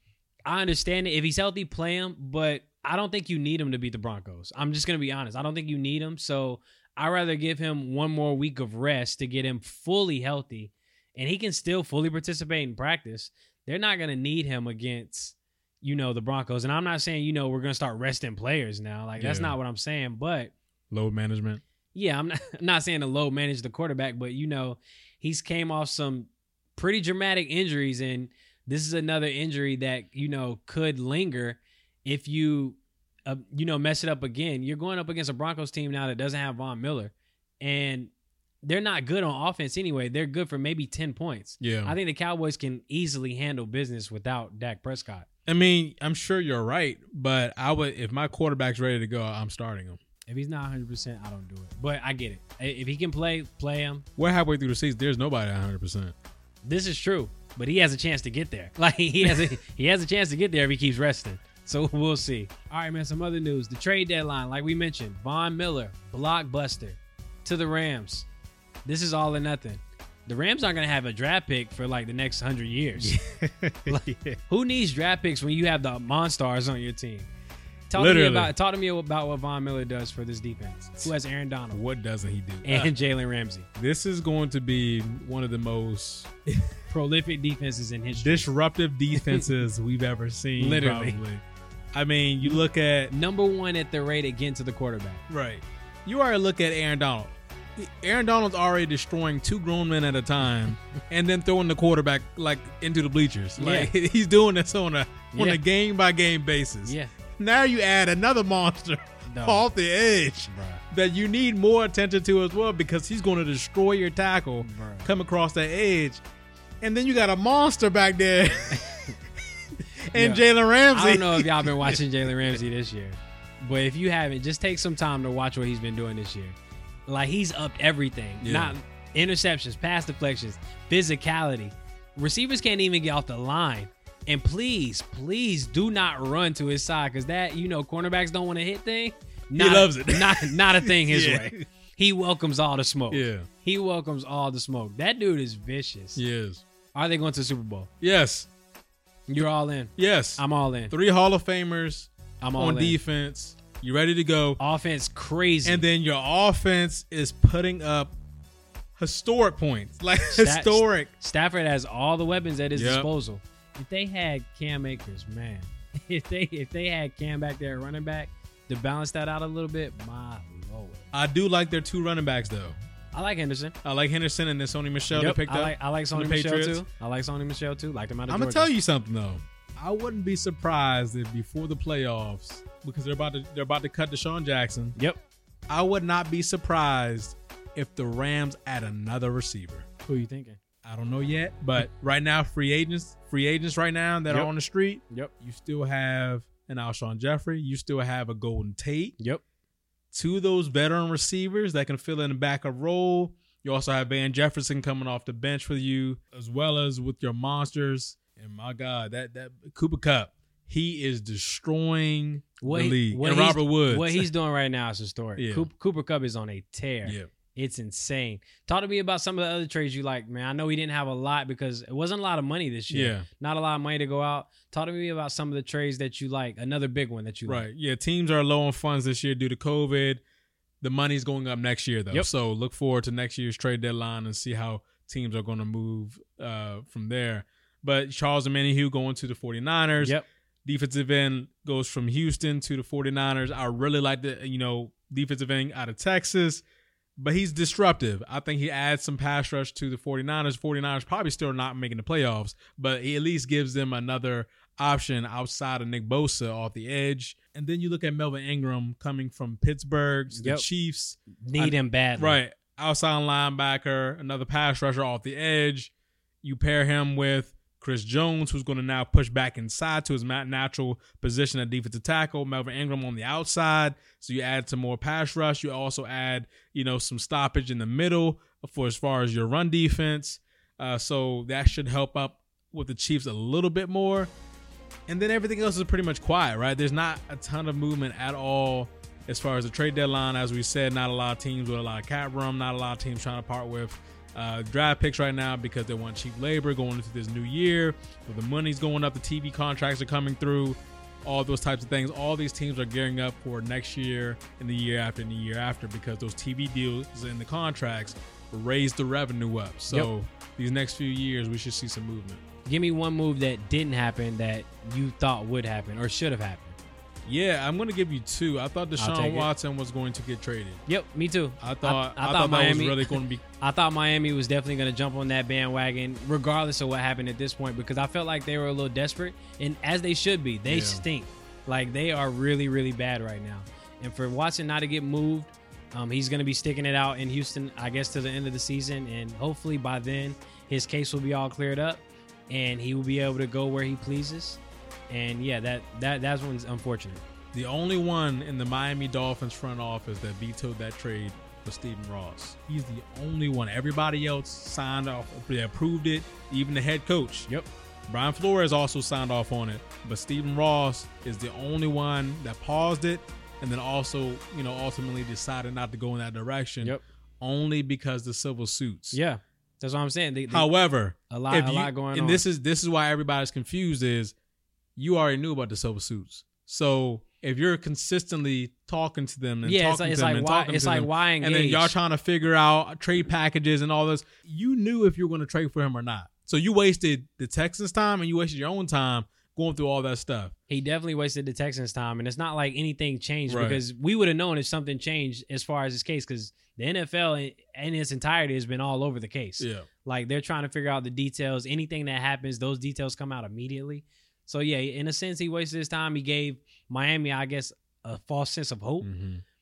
D: I understand it. If he's healthy, play him, but I don't think you need him to beat the Broncos. I'm just gonna be honest. I don't think you need him. So I'd rather give him one more week of rest to get him fully healthy. And he can still fully participate in practice. They're not gonna need him against, you know, the Broncos. And I'm not saying, you know, we're gonna start resting players now. Like that's
E: Yeah.
D: not what I'm saying. But
E: Load management.
D: yeah, I'm not, I'm not saying to low manage the quarterback, but you know, he's came off some pretty dramatic injuries, and this is another injury that you know could linger if you, uh, you know, mess it up again. You're going up against a Broncos team now that doesn't have Von Miller, and they're not good on offense anyway. They're good for maybe ten points.
E: Yeah.
D: I think the Cowboys can easily handle business without Dak Prescott.
E: I mean, I'm sure you're right, but I would if my quarterback's ready to go, I'm starting him.
D: If he's not 100%, I don't do it. But I get it. If he can play, play him.
E: We're halfway through the season. There's nobody at 100. percent
D: This is true, but he has a chance to get there. Like he has a he has a chance to get there if he keeps resting. So we'll see. All right, man. Some other news: the trade deadline, like we mentioned, Von Miller blockbuster to the Rams. This is all or nothing. The Rams aren't gonna have a draft pick for like the next hundred years. Like, Who needs draft picks when you have the monstars on your team? Talk
E: Literally.
D: to me about talk to me about what Von Miller does for this defense. Who has Aaron Donald
E: What doesn't he do?
D: and Jalen Ramsey?
E: this is going to be one of the most
D: Prolific defenses in history.
E: disruptive defenses we've ever seen.
D: Literally.
E: probably. I mean, you look at
D: number one at the rate again to the quarterback.
E: right. You already look at Aaron Donald. Aaron Donald's already destroying two grown men at a time, and then throwing the quarterback like into the bleachers. Like he's doing this on a on
D: Yeah.
E: a game by game basis.
D: Yeah,
E: Now you add another monster
D: No.
E: off the edge
D: bro.
E: that you need more attention to as well because he's going to destroy your tackle,
D: Bruh.
E: come across that edge, and then you got a monster back there. and
D: Yeah.
E: Jalen Ramsey.
D: I don't know if y'all been watching Jalen Ramsey this year, but if you haven't, just take some time to watch what he's been doing this year. Like he's upped everything.
E: Yeah.
D: Not interceptions, pass deflections, physicality. Receivers can't even get off the line. And please, please do not run to his side because that, you know, cornerbacks don't want to hit thing. Not,
E: loves it.
D: Not not a thing his
E: Yeah.
D: way. He welcomes all the smoke.
E: Yeah.
D: He welcomes all the smoke. That dude is vicious.
E: Yes.
D: Are they going to the Super Bowl?
E: Yes.
D: You're all in.
E: Yes.
D: I'm all in.
E: Three Hall of Famers
D: I'm all
E: on
D: in.
E: defense. You ready to go?
D: Offense crazy.
E: And then your offense is putting up historic points. Like historic.
D: Stafford has all the weapons at his
E: Yep.
D: disposal. If they had Cam Akers, man, if they if they had Cam back there at running back to balance that out a little bit, my lord.
E: I do like their two running backs though.
D: I like Henderson.
E: I like Henderson and then Sony Michelle
D: Yep.
E: they picked
D: I
E: up.
D: like I like
E: from
D: Sony
E: the
D: Michelle
E: Patriots.
D: too. I like Sony Michelle too. Like him out of
E: I'm
D: Georgia.
E: gonna tell you something though. I wouldn't be surprised if before the playoffs, because they're about to they're about to cut Deshaun Jackson.
D: Yep.
E: I would not be surprised if the Rams add another receiver.
D: Who you thinking?
E: I don't know yet, but right now, free agents, free agents right now that
D: Yep.
E: are on the street,
D: Yep.
E: you still have an Alshon Jeffrey, you still have a Golden Tate.
D: Yep.
E: Two of those veteran receivers that can fill in the backup role. You also have Van Jefferson coming off the bench with you, as well as with your monsters. And my God, that that Cooper Cup, he is destroying
D: What
E: the
D: he-
E: league.
D: what
E: and
D: he's-
E: Robert Woods,
D: What he's doing right now is historic.
E: Yeah.
D: Coop, Cooper Cup is on a tear.
E: yeah,
D: It's insane. Talk to me about some of the other trades you like, man. I know he didn't have a lot because it wasn't a lot of money this year.
E: yeah.
D: Not a lot of money to go out. Talk to me about some of the trades that you like. Another big one that you like.
E: Right. Yeah. Teams are low on funds this year due to COVID. The money's going up next year, though.
D: Yep.
E: So look forward to next year's trade deadline and see how teams are going to move uh, from there. But Charles Manihue going to the 49ers.
D: Yep.
E: Defensive end goes from Houston to the 49ers. I really like the, you know, defensive end out of Texas, but he's disruptive. I think he adds some pass rush to the 49ers. 49ers probably still not making the playoffs, but he at least gives them another option outside of Nick Bosa off the edge. And then you look at Melvin Ingram coming from Pittsburgh to
D: Yep.
E: the Chiefs.
D: Need him badly.
E: Right. Outside linebacker, another pass rusher off the edge. You pair him with Chris Jones, who's going to now push back inside to his ma- natural position at defensive tackle. Melvin Ingram on the outside. So you add some more pass rush. You also add, you know, some stoppage in the middle for as far as your run defense. Uh, so that should help up with the Chiefs a little bit more. And then everything else is pretty much quiet, right? There's not a ton of movement at all as far as the trade deadline. As we said, not a lot of teams with a lot of cap room, not a lot of teams trying to part with uh, draft picks right now because they want cheap labor going into this new year. But the money's going up, the TV contracts are coming through, all those types of things. All these teams are gearing up for next year and the year after and the year after because those TV deals and the contracts raise the revenue up. So these next few years, we should see some movement.
D: Give me one move that didn't happen that you thought would happen or should have happened.
E: Yeah, I'm going to give you two. I thought
D: take
E: Deshaun
D: it.
E: Watson was going to get traded.
D: Yep, me too.
E: I thought I,
D: I
E: thought,
D: thought
E: that was
D: Miami-
E: really going to be
D: I thought Miami was definitely going to jump on that bandwagon, regardless of what happened at this point, because I felt like they were a little desperate, and as they should be, they
E: Yeah.
D: stink. Like they are really, really bad right now. And for Watson not to get moved, um, he's going to be sticking it out in Houston, I guess, to the end of the season, and hopefully by then his case will be all cleared up, and he will be able to go where he pleases. And yeah, that that that one's unfortunate.
E: the only one in the Miami Dolphins front office that vetoed that trade was Stephen Ross. He's the only one. Everybody else signed off, they approved it, even the head coach.
D: Yep.
E: Brian Flores also signed off on it, but Stephen Ross is the only one that paused it and then also, you know, ultimately decided not to go in that direction
D: Yep.
E: only because the civil suits.
D: Yeah, that's what I'm saying. They, they-
E: However,
D: a lot,
E: if
D: a
E: you-
D: lot going
E: and
D: on.
E: this is this is why everybody's confused is you already knew about the silver suits. So if you're consistently talking to them and
D: yeah,
E: talking
D: it's like,
E: to
D: it's
E: them
D: like
E: and
D: why,
E: talking
D: it's
E: to
D: like
E: them,
D: why engage?
E: and then y'all trying to figure out trade packages and all this, you knew if you were going to trade for him or not. So you wasted the Texans' time and you wasted your own time going through all that stuff.
D: he definitely wasted the Texans' time, and it's not like anything changed
E: Right.
D: because we would have known if something changed as far as this case because the NFL in, in its entirety has been all over the case.
E: Yeah,
D: Like they're trying to figure out the details. Anything that happens, those details come out immediately. So yeah, in a sense, he wasted his time. He gave Miami, I guess, a false sense of
E: Mm.
D: hope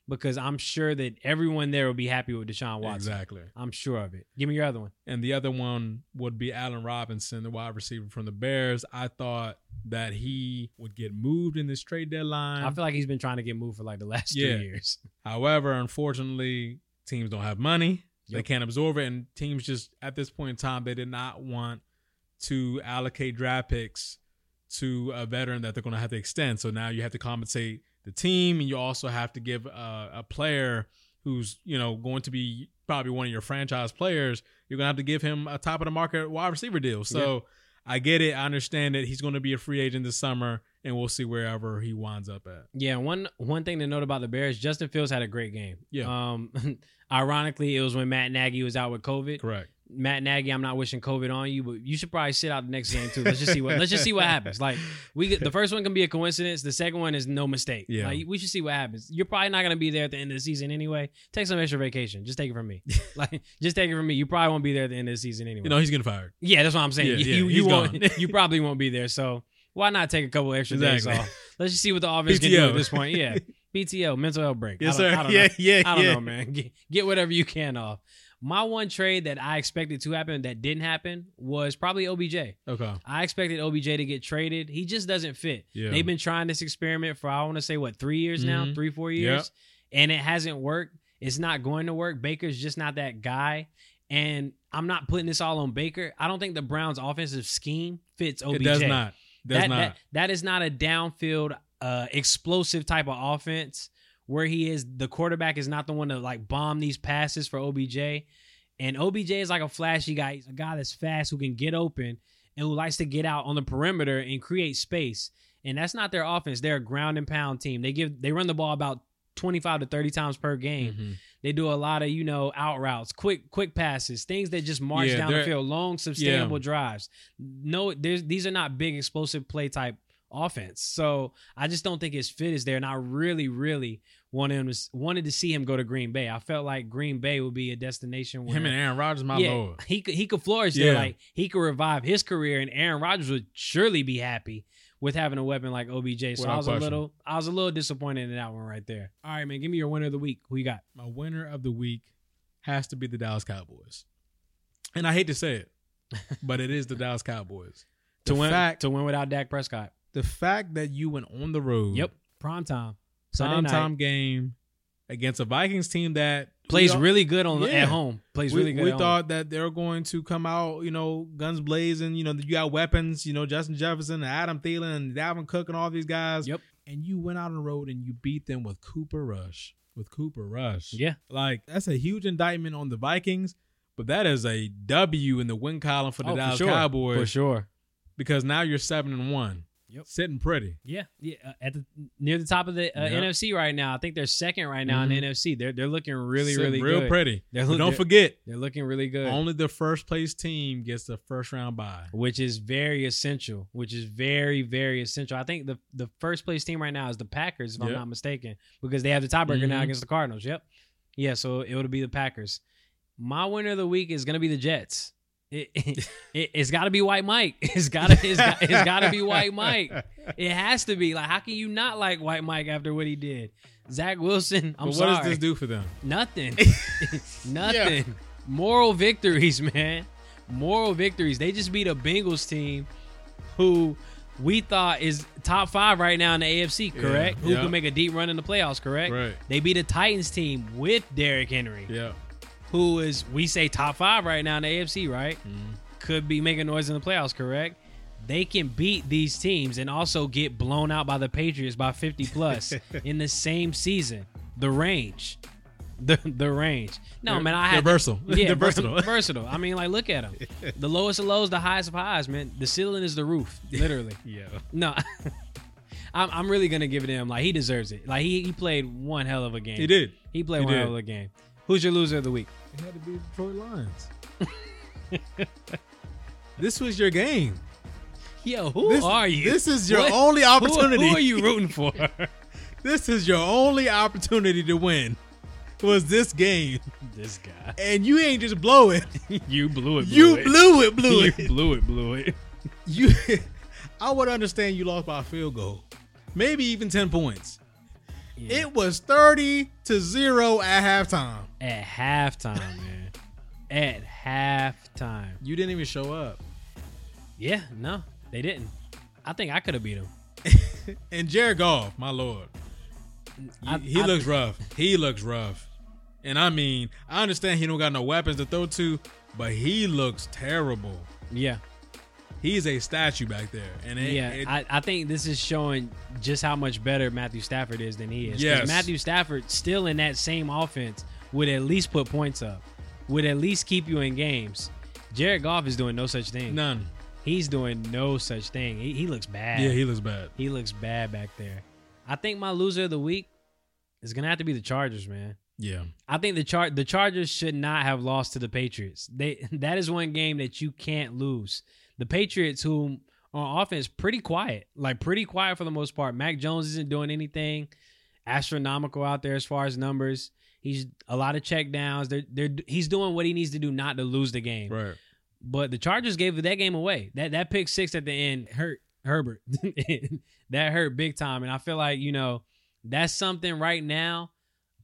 D: because I'm sure that everyone there will be happy with Deshaun Watson.
E: exactly.
D: I'm sure of it. Give me your other one.
E: and the other one would be Allen Robinson, the wide receiver from the Bears. I thought that he would get moved in this trade deadline.
D: I feel like he's been trying to get moved for like the last
E: Um, Yeah.
D: two years.
E: However, unfortunately, teams don't have money. They
D: Yep.
E: can't absorb it. And teams just, at this point in time, they did not want to allocate draft picks to a veteran that they're going to have to extend. So now you have to compensate the team, and you also have to give uh, a, a player who's, you know, going to be probably one of your franchise players, you're going to have to give him a top of the market wide receiver deal. So I get it. I understand that he's going to be a free agent this summer, and we'll see wherever he winds up at.
D: Yeah, one one thing to note about the Bears, Justin Fields had a great game.
E: Yeah.
D: Um, ironically, it was when Matt Nagy was out with COVID.
E: Correct.
D: Matt Nagy, I'm not wishing COVID on you, but you should probably sit out the next game too. Let's just see what let's just see what happens. Like we, could- the first one can be a coincidence. The second one is no mistake.
E: Yeah.
D: Like, we should see what happens. You're probably not gonna be there at the end of the season anyway. Take some extra vacation. Just take it from me. like just take it from me. You probably won't be there at the end of the season anyway.
E: You know, he's getting fired.
D: yeah, that's what I'm saying.
E: Yeah,
D: you
E: yeah,
D: you,
E: he's
D: you won't.
E: gone.
D: you probably won't be there. So Why not take a couple extra days
E: Exactly.
D: off? Let's just see what the offense can do
E: PTO.
D: at this point. Yeah, BTO, mental health break.
E: Yes,
D: I don't,
E: sir.
D: I don't
E: yeah,
D: know.
E: yeah,
D: I don't
E: yeah.
D: know, man. Get, get whatever you can off. My one trade that I expected to happen that didn't happen was probably OBJ.
E: Okay.
D: I expected OBJ to get traded. He just doesn't fit.
E: Yeah.
D: They've been trying this experiment for I want to say what three years now,
E: Mhm.
D: three four years, and it hasn't worked. It's not going to work. Baker's just not that guy. And I'm not putting this all on Baker. I don't think the Browns' offensive scheme fits OBJ.
E: It does not. Does
D: that,
E: not.
D: that- that is not a downfield, uh, explosive type of offense where he is. The quarterback is not the one to like bomb these passes for OBJ. And OBJ is like a flashy guy. He's a guy that's fast who can get open and who likes to get out on the perimeter and create space. And that's not their offense. They're a ground and pound team. They give they run the ball about 25 to 30 times per game.
E: Mhm.
D: They do a lot of, you know, out routes, quick, quick passes, things that just march
E: Yeah,
D: down the
E: they're-
D: field, long, sustainable drives. No, there's these are not big explosive play type offense. So I just don't think his fit is there. And I really, really wanted him to, s- wanted to see him go to Green Bay. I felt like Green Bay would be a destination where
E: Him and Aaron Rodgers, my
D: yeah,
E: lord.
D: he could he could flourish there.
E: Yeah.
D: Like he could revive his career, and Aaron Rodgers would surely be happy with having a weapon like OBJ. So
E: Without
D: I was a
E: question.
D: little I was a little disappointed in that one right there. All right, man, give me your winner of the week. Who you got?
E: My winner of the week has to be the Dallas Cowboys. And I hate to say it, but it is the Dallas Cowboys.
D: to
E: The
D: win
E: fact-
D: to win without Dak Prescott.
E: the fact that you went on the road,
D: Yep, prime time. Sunday
E: prime
D: night.
E: time game against a Vikings team that
D: plays
E: we all-
D: really good on
E: Yeah.
D: at home. Plays
E: we,
D: really good.
E: we
D: at home.
E: thought that they're going to come out, you know, guns blazing. You know, you got weapons. You know, Justin Jefferson, and Adam Thielen, and Dalvin Cook, and all these guys.
D: Yep.
E: And you went out on the road and you beat them with Cooper Rush. With Cooper Rush.
D: Yeah,
E: Like that's a huge indictment on the Vikings, but that is a W in the win column for the
D: Oh,
E: Dallas
D: sure.
E: Cowboys
D: for sure.
E: because now you're seven and one,
D: Yep.
E: sitting pretty.
D: Yeah, yeah. uh, At the near the top of the uh,
E: Yep.
D: NFC right now. I think they're second right now in the NFC. They're they're looking really
E: Sitting
D: really
E: real
D: good.
E: pretty.
D: They're
E: But
D: look-
E: don't
D: they're-
E: forget,
D: They're looking really good.
E: only the first place team gets the first round bye.
D: which is very essential. Which is very very essential. I think the the first place team right now is the Packers, if I'm
E: Yep.
D: not mistaken, because they have the tiebreaker now
E: Mhm.
D: against the Cardinals. Yep. Yeah, so it would be the Packers. My winner of the week is gonna be the Jets. It, it, it has got to be White Mike. It's got to it's got it's got to be White Mike. It has to be. Like, how can you not like White Mike after what he did? Zach Wilson. I'm
E: but
D: sorry.
E: what does this do for them?
D: Nothing. Nothing. Moral victories, man. Moral victories. They just beat a Bengals team who we thought is top five right now in the AFC, correct? Who
E: Yeah.
D: can make a deep run in the playoffs, correct?
E: Right.
D: They beat a Titans team with Derrick Henry,
E: Yeah.
D: who is, we say, top five right now in the AFC, right?
E: Mm-hmm.
D: Could be making noise in the playoffs, correct? They can beat these teams and also get blown out by the Patriots by 50 plus in the same season. The range. The, the range. No, man, I
E: They're
D: had
E: versatile.
D: yeah,
E: They're
D: vers-
E: versatile.
D: versatile. I mean, like, look at them. The lowest of lows, the highest of highs, man. The ceiling is the roof, literally.
E: yeah.
D: No, I'm, I'm really gonna give it to him. Like, he deserves it. Like, he, he played one hell of a game.
E: He did.
D: He played
E: He
D: one
E: did.
D: hell of a game. Who's your loser of the week?
E: It had to be the Detroit Lions. this was your game.
D: Yo, who
E: This,
D: are you?
E: This is your
D: What-
E: only
D: who-
E: opportunity.
D: Who, are you rooting for?
E: This is your only opportunity to win. Was this game.
D: this guy.
E: And you ain't just blow it.
D: You blew it.
E: You blew it, blew it.
D: blew it. Blew it.
E: You I would understand you lost by a field goal. Maybe even 10 points.
D: Yeah.
E: It was 30 to 0 at halftime.
D: At halftime, man. At halftime.
E: You didn't even show up.
D: Yeah, no, they didn't. I think I could have beat him.
E: And Jared Goff, my lord.
D: I-
E: he
D: I-
E: looks rough. He looks rough. And I mean, I understand he don't got no weapons to throw to, but he looks terrible.
D: Yeah,
E: He's a statue back there. And it,
D: yeah.
E: it-
D: I, I think this is showing just how much better Matthew Stafford is than he is. 'Cause
E: Yes.
D: Matthew Stafford still in that same offense would at least put points up, would at least keep you in games. Jared Goff is doing no such thing.
E: none.
D: He's doing no such thing. He, he looks bad.
E: Yeah, he looks bad.
D: He looks bad back there. I think my loser of the week is gonna have to be the Chargers, man.
E: Yeah.
D: I think the char the Chargers should not have lost to the Patriots. They that is one game that you can't lose. The Patriots, who on offense pretty quiet, like pretty quiet for the most part. Mac Jones isn't doing anything astronomical out there as far as numbers. He's a lot of check downs. They're, they're, he's doing what he needs to do not to lose the game.
E: Right.
D: But the Chargers gave that game away. That that pick six at the end hurt. Herbert. that hurt big time. And I feel like, you know, that's something right now.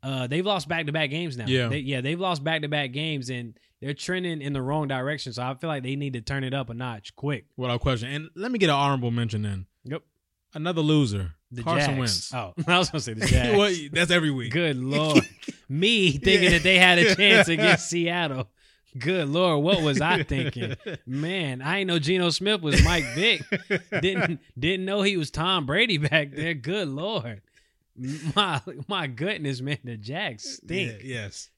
D: Uh, they've lost back to back games now.
E: Yeah.
D: They, yeah, they've lost back to back games and they're trending in the wrong direction. So I feel like they need to turn it up a notch quick.
E: Without question. And let me get an honorable mention in.
D: Yep.
E: Another loser.
D: The
E: Carson
D: Jags.
E: Wentz.
D: Oh, I was gonna say the Jags.
E: well, that's every week.
D: Good lord, me thinking that they had a chance against Seattle. Good lord, what was I thinking? Man, I ain't know Geno Smith was Mike Vick. didn't didn't know he was Tom Brady back there. Good lord. My my goodness, man, the Jags
E: Yeah,
D: stink.
E: yes.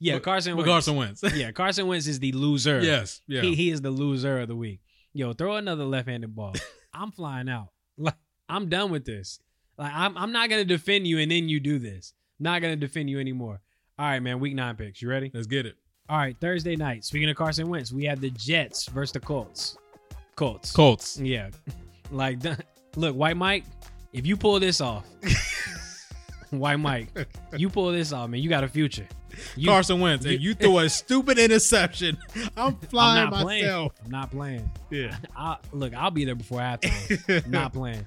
D: Yeah, Carson
E: But
D: Wentz.
E: Carson Wentz.
D: Yeah, Carson Wentz is the loser.
E: yes. Yeah.
D: He he is the loser of the week. Yo, throw another left-handed ball. I'm flying out. Like I'm done with this. Like I'm I'm not gonna defend you and then you do this. Not gonna defend you anymore. All right, man. Week nine picks. You ready?
E: Let's get it.
D: All right. Thursday night. Speaking of Carson Wentz, we have the Jets versus the Colts. Colts.
E: Colts.
D: Yeah. Like, dun- look, White Mike, if you pull this off, White Mike, you pull this off, man. You got a future. You,
E: Carson Wentz. and you threw a stupid interception. I'm
D: I'm
E: flying
D: not playing.
E: myself.
D: I'm not playing.
E: Yeah.
D: I look, I'll be there before halftime. Not playing.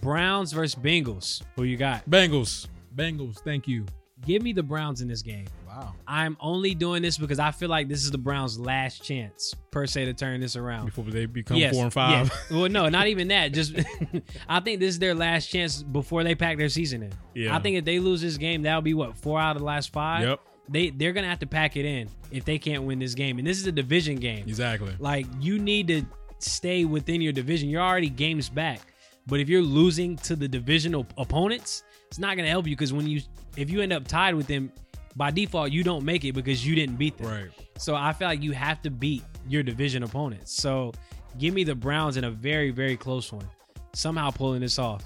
D: Browns versus Bengals. Who you got?
E: Bengals. Bengals. Thank you.
D: Give me the Browns in this game.
E: Wow.
D: I'm only doing this because I feel like this is the Browns' last chance, per se, to turn this around.
E: Before they become
D: Yes,
E: four and five.
D: yeah. Well, no, not even that. Just I think this is their last chance before they pack their season in.
E: Yeah.
D: I think if they lose this game, that'll be what four out of the last five.
E: Yep.
D: They they're gonna have to pack it in if they can't win this game, and this is a division game.
E: Exactly.
D: Like you need to stay within your division. You're already games back. But if you're losing to the divisional opponents, it's not going to help you because when you if you end up tied with them, by default you don't make it because you didn't beat them.
E: Right.
D: So I feel like you have to beat your division opponents. So give me the Browns in a very very close one. Somehow pulling this off.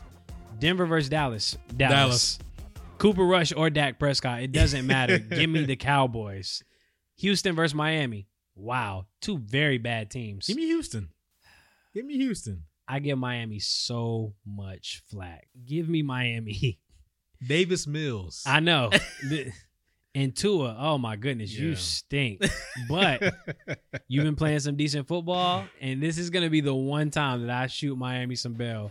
D: Denver versus Dallas. Dallas.
E: Dallas.
D: Cooper Rush or Dak Prescott, it doesn't matter. give me the Cowboys. Houston versus Miami. Wow, two very bad teams.
E: Give me Houston. Give me Houston.
D: I give Miami so much flack. Give me Miami.
E: Davis Mills.
D: I know. The- and Tua, oh my goodness, you
E: Yeah.
D: stink. But you've been playing some decent football, and this is going to be the one time that I shoot Miami some bell.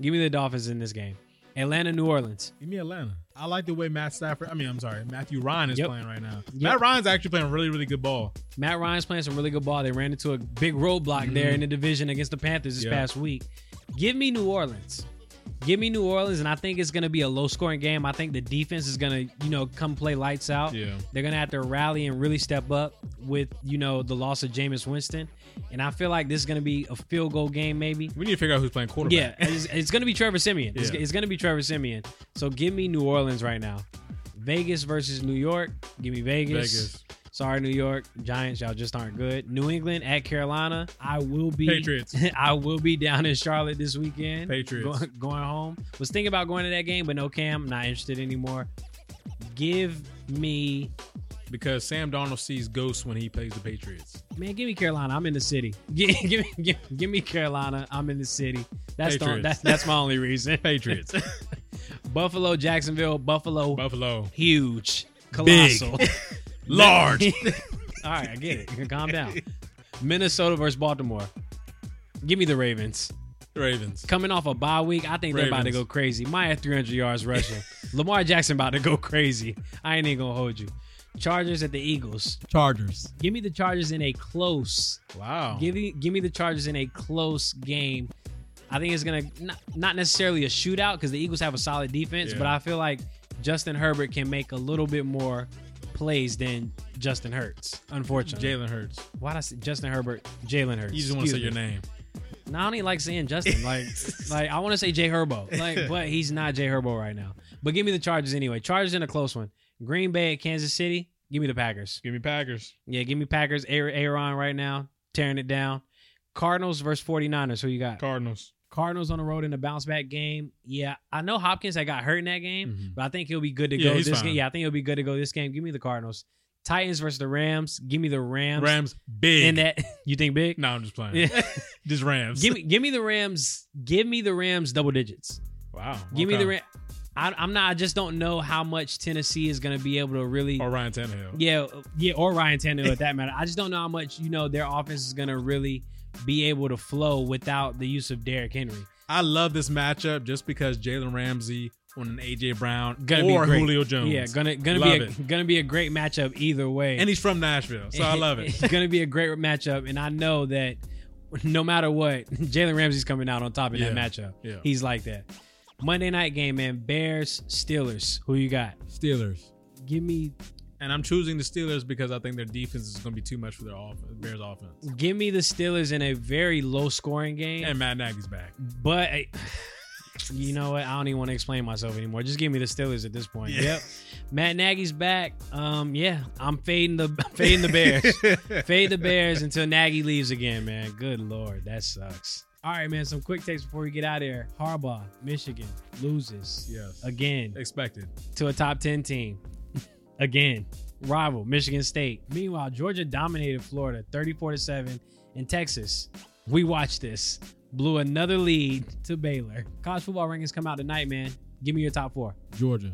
D: Give me the Dolphins in this game. Atlanta, New Orleans.
E: Give me Atlanta. I like the way Matt Stafford. I mean, I'm sorry, Matthew Ryan is
D: Yep.
E: playing right now.
D: Yep.
E: Matt Ryan's actually playing really, really good ball.
D: Matt Ryan's playing some really good ball. They ran into a big roadblock there in the division against the Panthers this
E: Mm-hmm. Yeah.
D: past week. Give me New Orleans. Give me New Orleans, and I think it's going to be a low scoring game. I think the defense is going to, you know, come play lights out.
E: Yeah.
D: They're going to have to rally and really step up with, you know, the loss of Jameis Winston. And I feel like this is going to be a field goal game, maybe.
E: We need to figure out who's playing
D: Yeah,
E: quarterback.
D: it's, it's going to be Trevor Simeon. It's,
E: Yeah.
D: it's going to be Trevor Simeon. So give me New Orleans right now. Vegas versus New York. Give me
E: Vegas.
D: Sorry, New York Giants, y'all just aren't good. New England at Carolina. I will be
E: Patriots.
D: I will be down in Charlotte this weekend.
E: Patriots.
D: Go- going, home. Was thinking about going to that game, but no Cam. Not interested anymore. Give me,
E: Because Sam Donald sees ghosts when he plays the Patriots.
D: man, give me Carolina. I'm in the city. Give, give me, give, give me Carolina. I'm in the city. That's the,
E: Patriots.
D: that's that's my only reason.
E: Patriots.
D: Buffalo, Jacksonville, Buffalo,
E: Buffalo.
D: huge, colossal.
E: Large.
D: All right, I get it. Calm down. Minnesota versus Baltimore. Give me the Ravens.
E: Ravens.
D: Coming off a bye week, I think they're about to
E: Ravens.
D: go crazy. Maya 300 yards rushing. Lamar Jackson about to go crazy. I ain't even gonna hold you. Chargers at the Eagles.
E: Chargers.
D: Give me the Chargers in a close.
E: Wow.
D: Give me, give me the Chargers in a close game. I think it's gonna not, not necessarily a shootout because the Eagles have a solid defense,
E: Yeah.
D: but I feel like Justin Herbert can make a little bit more plays than Justin Hurts. Unfortunately,
E: Jalen Hurts.
D: why did I say Justin Herbert? Jalen Hurts.
E: You just want to say
D: Excuse
E: your
D: me.
E: name.
D: No, I don't even like saying Justin. Like, like I want to say Jay Herbo. Like, but he's not Jay Herbo right now. But give me the Chargers anyway. Chargers in a close one. Green Bay at Kansas City. Give me the Packers.
E: Give me Packers.
D: Yeah, give me Packers. A- Aaron right now tearing it down. Cardinals versus 49ers. Who you got?
E: Cardinals.
D: Cardinals on the road in a bounce back game. Yeah, I know Hopkins I got hurt in that game,
E: Mhm.
D: but I think he'll be good to
E: Yeah,
D: go
E: he's
D: this
E: fine.
D: game. Mm. Yeah, I think he'll be good to go this game. Give me the Cardinals. Titans versus the Rams. Give me the Rams.
E: Rams. Big.
D: In that you think big?
E: no, I'm just playing.
D: Yeah.
E: Just Rams.
D: give me give me the Rams. Give me the Rams double digits.
E: wow.
D: Give me
E: Okay.
D: the Rams. I, I'm not. I just don't know how much Tennessee is going to be able to really.
E: Or Ryan Tannehill.
D: Yeah, yeah, or Ryan Tannehill at that matter. I just don't know how much you know their offense is going to really be able to flow without the use of Derrick Henry.
E: I love this matchup just because Jalen Ramsey on an AJ Brown
D: Gonna
E: or
D: be great.
E: Julio Jones.
D: Yeah, gonna gonna be a,
E: Love
D: gonna be a great matchup either way.
E: and he's from Nashville, so I love it.
D: It's gonna be a great matchup, and I know that no matter what, Jalen Ramsey's coming out on top in that
E: Yeah,
D: matchup.
E: yeah.
D: He's like that. Monday night game, man. Bears, Steelers. Who you got?
E: Steelers.
D: Give me,
E: And I'm choosing the Steelers because I think their defense is going to be too much for their off- Bears offense.
D: give me the Steelers in a very low scoring game.
E: And Matt Nagy's back.
D: But I- you know what? I don't even want to explain myself anymore. Just give me the Steelers at this point.
E: Yeah.
D: Yep. Matt Nagy's back. Um, yeah, I'm fading the fading the Bears. Fade the Bears until Nagy leaves again, man. Good lord, that sucks. All right, man. Some quick takes before we get out of here. Harbaugh, Michigan loses
E: Yes.
D: again
E: Expected.
D: to a top 10 team. Again, rival Michigan State. Meanwhile, Georgia dominated Florida 34 to 7 and Texas. We watched this. Blew another lead to Baylor. College football rankings come out tonight, man. Give me your top 4.
E: Georgia,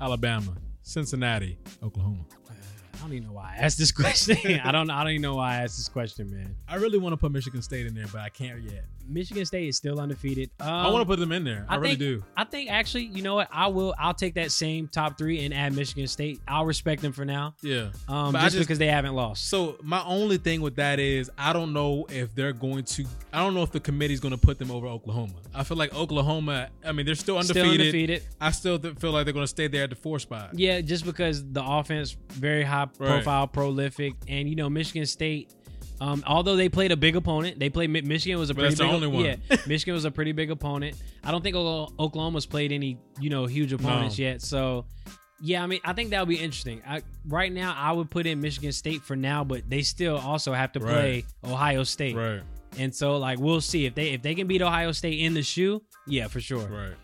E: Alabama, Cincinnati, Oklahoma.
D: I don't even know why I asked this question. I don't I don't even know why I asked this question, man.
E: I really want to put Michigan State in there, but I can't yet.
D: Michigan State is still undefeated. Um,
E: I want to put them in there. I, really
D: think,
E: do.
D: I think actually, you know what? I will I'll take that same top 3 and add Michigan State. I'll respect them for now.
E: Yeah.
D: Um
E: But I
D: just,
E: just-
D: because they haven't lost.
E: So my only thing with that is I don't know if they're going to. I don't know if the committee's going to put them over Oklahoma. I feel like Oklahoma. I mean, they're still undefeated.
D: Still undefeated.
E: I still th- feel like they're going to stay there at the four spot.
D: Yeah, just because the offense very high profile, prolific, and you know Michigan State. Um, although they played a big opponent, they played Mi- Michigan was a
E: But
D: pretty
E: that's the
D: big,
E: only one.
D: Yeah, Michigan was a pretty big opponent. I don't think O- Oklahoma's played any you know huge opponents
E: No.
D: yet. So yeah, I mean I think that would be interesting. I, right now, I would put in Michigan State for now, but they still also have to play
E: Right.
D: Ohio State,
E: Right.
D: and so like we'll see if they if they can beat Ohio State in the shoe. Yeah, for sure
E: Right.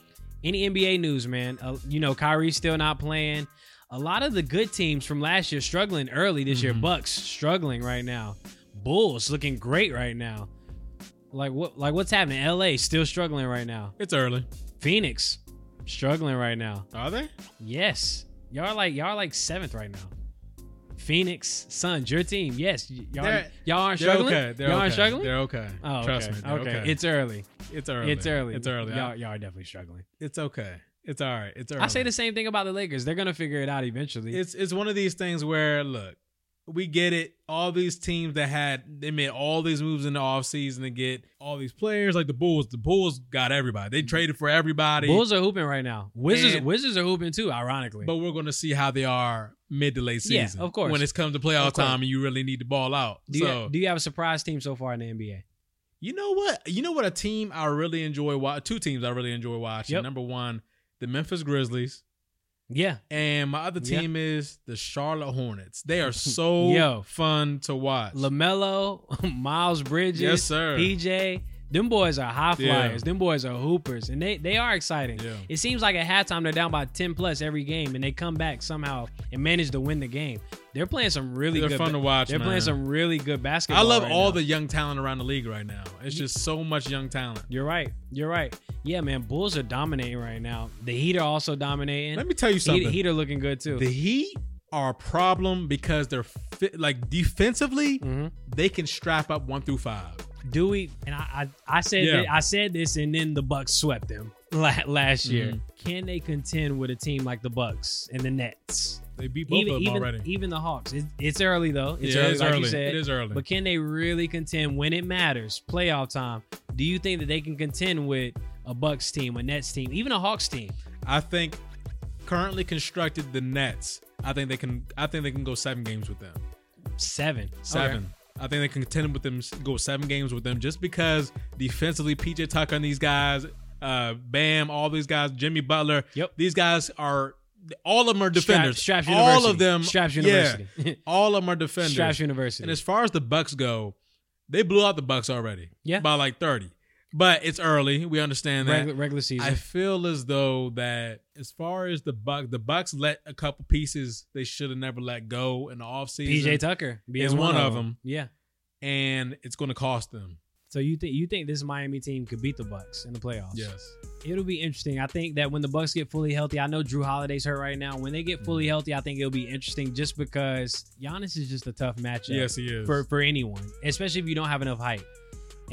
D: any NBA news, man? Uh, you know, Kyrie's still not playing. A lot of the good teams from last year struggling early this year.
E: Mhm.
D: Bucks struggling right now. Bulls looking great right now. Like what? Like what's happening? LA still struggling right now.
E: It's early.
D: Phoenix struggling right now.
E: Are they?
D: Yes, y'all are like y'all are like seventh right now. Phoenix Suns, your team. Yes, y- y'all
E: They're-
D: y'all aren't
E: They're
D: struggling.
E: okay. They're
D: y'all
E: okay.
D: aren't struggling.
E: They're okay.
D: oh, okay.
E: Trust me. they're
D: okay.
E: Okay.
D: It's early.
E: it's early.
D: It's early.
E: It's early.
D: Y'all, y'all are definitely struggling.
E: it's okay. It's all right. It's early.
D: I say the same thing about the Lakers. They're gonna figure it out eventually.
E: It's it's one of these things where look, we get it. All these teams that had they made all these moves in the offseason to get all these players like the Bulls. The Bulls got everybody. They traded for everybody.
D: Mm-hmm. Bulls are hooping right now. Wizards,
E: e- And-
D: Wizards are hooping too. Ironically,
E: But we're going to see how they are mid to late
D: Yeah,
E: season.
D: of course.
E: When it comes to
D: Of
E: playoff
D: course.
E: time and you really need to ball out.
D: do you,
E: so you,
D: do you have a surprise team so far in the NBA?
E: know what? You know what? A team I really enjoy. Wa- two teams I really enjoy watching.
D: Yep.
E: Number one, the Memphis Grizzlies,
D: Yeah,
E: and my other
D: Yeah.
E: team is the Charlotte Hornets. They are so
D: Yo.
E: fun to watch.
D: Lamelo, Miles Bridges,
E: yes, sir.
D: PJ. Them boys are high
E: Yeah.
D: flyers. Them boys are hoopers, and they they are exciting.
E: Yeah.
D: It seems like at halftime they're down by ten plus every game, and they come back somehow and manage to win the game. They're playing some really
E: They're
D: good.
E: fun to watch,
D: They're playing
E: man.
D: some really good
E: I
D: basketball.
E: love
D: right
E: all
D: now.
E: the young talent around the league right now. It's just so much young talent.
D: You're right. You're right. Yeah, man. Bulls are dominating right now. The Heat are also dominating.
E: Let me tell you
D: Heat,
E: something.
D: Heat are looking good too.
E: the Heat are a problem because they're fit, like defensively,
D: Mhm.
E: they can strap up one through five.
D: Do we? And I, I, I said,
E: Yeah.
D: thi- I said this, and then the Bucks swept them la- last year.
E: Mhm.
D: Can they contend with a team like the Bucks and the Nets?
E: They beat both
D: Even,
E: of them
D: even,
E: already.
D: even the Hawks. It, it's early though. It's
E: Yeah,
D: early,
E: it is
D: like you
E: early.
D: said.
E: It is early.
D: But can they really contend when it matters, playoff time? Do you think that they can contend with a Bucks team, a Nets team, even a Hawks team?
E: I think currently constructed the Nets. I think they can. I think they can go seven games with them.
D: Seven.
E: Seven.
D: Okay.
E: I think they can contend with them. Go seven games with them just because defensively, PJ Tucker and these guys, uh, Bam, all these guys, Jimmy Butler.
D: Yep.
E: These guys are. All of them are
D: Strap-
E: defenders.
D: Straps University.
E: all of them.
D: Straps
E: yeah.
D: University.
E: all of them are defenders.
D: Straps University.
E: And as far as the Bucks go, they blew out the Bucks already.
D: Yeah.
E: By like 30. But it's early. We understand that.
D: regular, regular season.
E: I feel as though that as far as the Buck the Bucks let a couple pieces they should have never let go in the offseason.
D: PJ Tucker being
E: is one of them.
D: Yeah.
E: and it's gonna cost them.
D: So you think you think this Miami team could beat the Bucks in the playoffs?
E: Yes.
D: It'll be interesting. I think that when the Bucks get fully healthy, I know Drew Holiday's hurt right now. When they get
E: Mm-hmm.
D: fully healthy, I think it'll be interesting just because Giannis is just a tough matchup
E: Yes, he is.
D: for, for anyone, especially if you don't have enough height.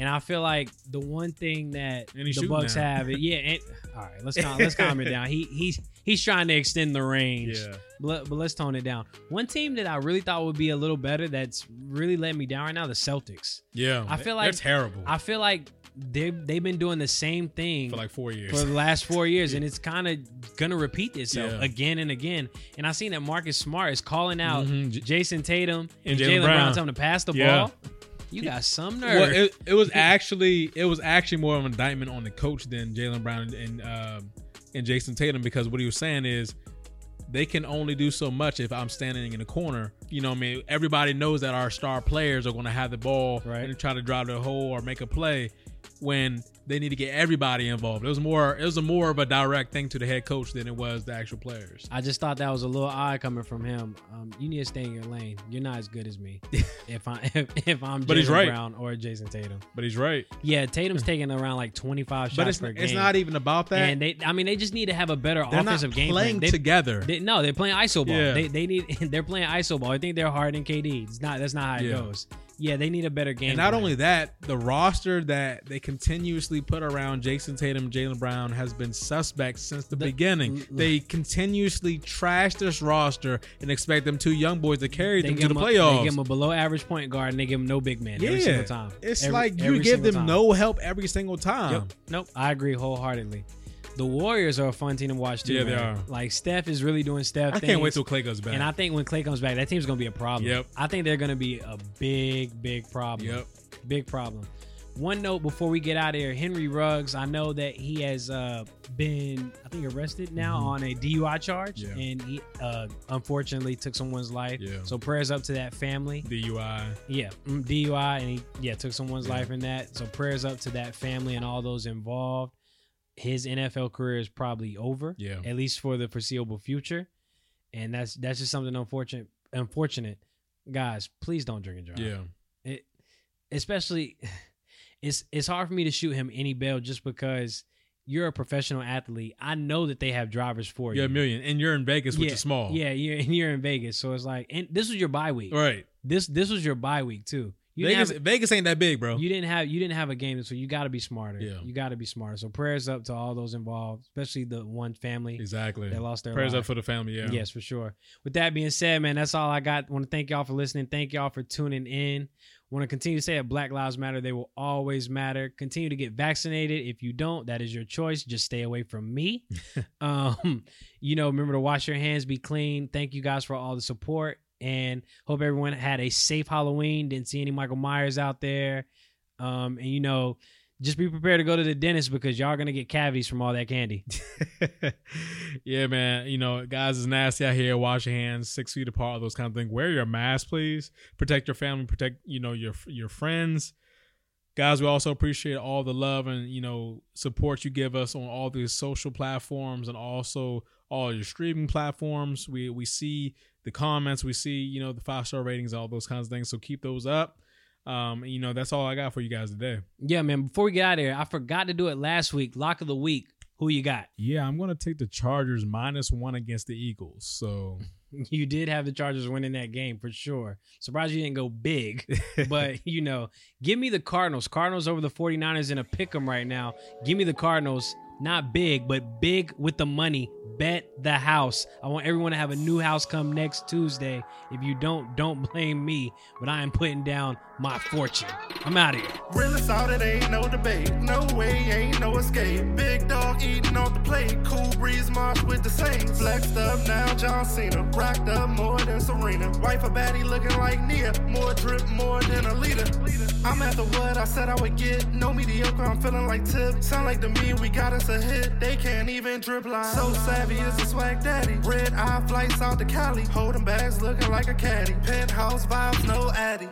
D: And I feel like the one thing that
E: And he's
D: the
E: shooting
D: Bucks
E: now.
D: have, it, yeah. And, all right, let's calm, let's calm it down. He he's he's trying to extend the range,
E: Yeah.
D: but, but let's tone it down. One team that I really thought would be a little better that's really letting me down right now, the Celtics.
E: Yeah.
D: I feel
E: they're
D: like-
E: terrible
D: I feel like they they've been doing the same thing
E: for like four years.
D: for the last four years, and it's kind of gonna repeat itself
E: Yeah.
D: again and again. And I seen that Marcus Smart is calling out
E: Mhm. J-
D: Jason Tatum and,
E: Jaylen
D: Jalen Brown.
E: Brown.
D: telling him to pass the
E: Yeah.
D: ball. You got some nerve.
E: Well, it, it was actually it was actually more of an indictment on the coach than Jalen Brown and um, and Jason Tatum because what he was saying is they can only do so much if I'm standing in the corner. You know, what I mean, everybody knows that our star players are going to have the ball
D: Right.
E: and try to drive the hole or make a play when they need to get everybody involved. It was more it was a more of a direct thing to the head coach than it was the actual players.
D: I just thought that was a little odd coming from him. Um, you need to stay in your lane. You're not as good as me. if I if, if I'm
E: But he's
D: Jalen
E: right.
D: Brown or Jason Tatum,
E: But he's right.
D: yeah, Tatum's taking around like 25 shots
E: But it's
D: per game.
E: it's not even about that.
D: and they, I mean, they just need to have a better
E: They're not
D: offensive game
E: playing
D: plan. They-
E: together.
D: They, no, they're playing iso ball.
E: Yeah.
D: They, they need they're playing iso ball. I think they're hard in KD. It's not that's not how it
E: Yeah.
D: goes. Yeah, they need a better game.
E: And not
D: plan.
E: only that, the roster that they continuously put around Jason Tatum, Jalen Brown has been suspect since the,
D: The-
E: beginning. They continuously trash this roster and expect them two young boys to carry them
D: give
E: to the
D: him a-
E: playoffs.
D: they give him a below average point guard and they give him no big man
E: yeah,
D: every single time.
E: it's
D: Every-
E: like you
D: every
E: give
D: single
E: them
D: time.
E: no help every single time.
D: Yep. Nope. I agree wholeheartedly. The Warriors are a fun team to watch too.
E: Yeah, they
D: man.
E: are.
D: Like Steph is really doing Steph.
E: I can't wait
D: things.
E: till Clay goes back.
D: And I think when Clay comes back, that team's gonna be a problem.
E: Yep.
D: I think they're gonna be a big, big problem.
E: Yep.
D: Big problem. One note before we get out of here, Henry Ruggs. I know that he has uh, been, I think, arrested now
E: Mhm.
D: on a DUI charge,
E: Yeah.
D: and he uh, unfortunately took someone's life.
E: Yeah.
D: So prayers up to that family.
E: DUI.
D: Yeah, mm, DUI, and he yeah took someone's
E: Yeah.
D: life in that. So prayers up to that family and all those involved. His NFL career is probably over,
E: Yeah.
D: at least for the foreseeable future, and that's that's just something unfortunate. Unfortunate, guys, please don't drink and drive.
E: Yeah.
D: It, especially, it's it's hard for me to shoot him any bail just because you're a professional athlete. I know that they have drivers for
E: You're a
D: you.
E: million. And you're in Vegas, which
D: Yeah,
E: is small.
D: Yeah, you're and you're in Vegas, so it's like, and this was your bye week.
E: Right.
D: This this was your bye week too. You didn't
E: Vegas,
D: have-
E: Vegas ain't that big, bro.
D: you didn't have you didn't have a game, so you got to be smarter.
E: Yeah.
D: You got to be smarter. So prayers up to all those involved, especially the one family
E: exactly.
D: that lost their
E: Prayers
D: life.
E: up for the family. Yeah.
D: Yes, for sure. With that being said, man, that's all I got. Want to thank y'all for listening. Thank y'all for tuning in. Want to continue to say that Black Lives Matter. They will always matter. Continue to get vaccinated. If you don't, that is your choice. Just stay away from me. um, you know, remember to wash your hands, be clean. Thank you guys for all the support, and hope everyone had a safe Halloween. Didn't see any Michael Myers out there. Um, and you know, just be prepared to go to the dentist because y'all gonna get cavities from all that candy.
E: yeah, man. You know, guys, it's nasty out here. Wash your hands, six feet apart, all those kind of things. Wear your mask, please. Protect your family. Protect, you know, your your friends. Guys, we also appreciate all the love and you know support you give us on all these social platforms and also all your streaming platforms. We we see the comments, we see you know the five star ratings, all those kinds of things. So keep those up. Um, you know that's all I got for you guys today.
D: Yeah, man. Before we get out of here, I forgot to do it last week. Lock of the week. Who you got?
E: Yeah, I'm gonna take the Chargers minus one against the Eagles. So
D: You did have the Chargers winning that game for sure. Surprised you didn't go big, but you know, give me the Cardinals. Cardinals over the 49ers in a pick 'em right now. Give me the Cardinals. Not big, but big with the money. Bet the house. I want everyone to have a new house come next Tuesday. If you don't, don't blame me, but I am putting down my fortune. I'm out of here.
B: Really saw that ain't no debate. No way, ain't no escape. Big dog eating off the plate. Cool breeze march with the Saints. Flexed up now, John Cena. Rocked up more than Serena. Wife a baddie looking like Nia. More drip, more than a leader. I'm at the what I said I would get. No mediocre, I'm feeling like Tip. Sound like to me, we got us a hit. They can't even drip line. So savvy is a swag daddy. Red eye flights out to Cali. Holding bags looking like a caddy. Penthouse vibes, no addy.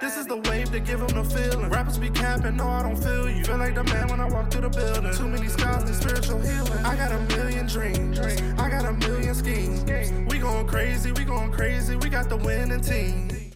B: This is the wave that give 'em the feeling. Rappers be capping, no, I don't feel you. Feel like the man when I walk through the building. Too many scars and spiritual healing. I got a million dreams. I got a million schemes. We going crazy, we going crazy. We got the winning team.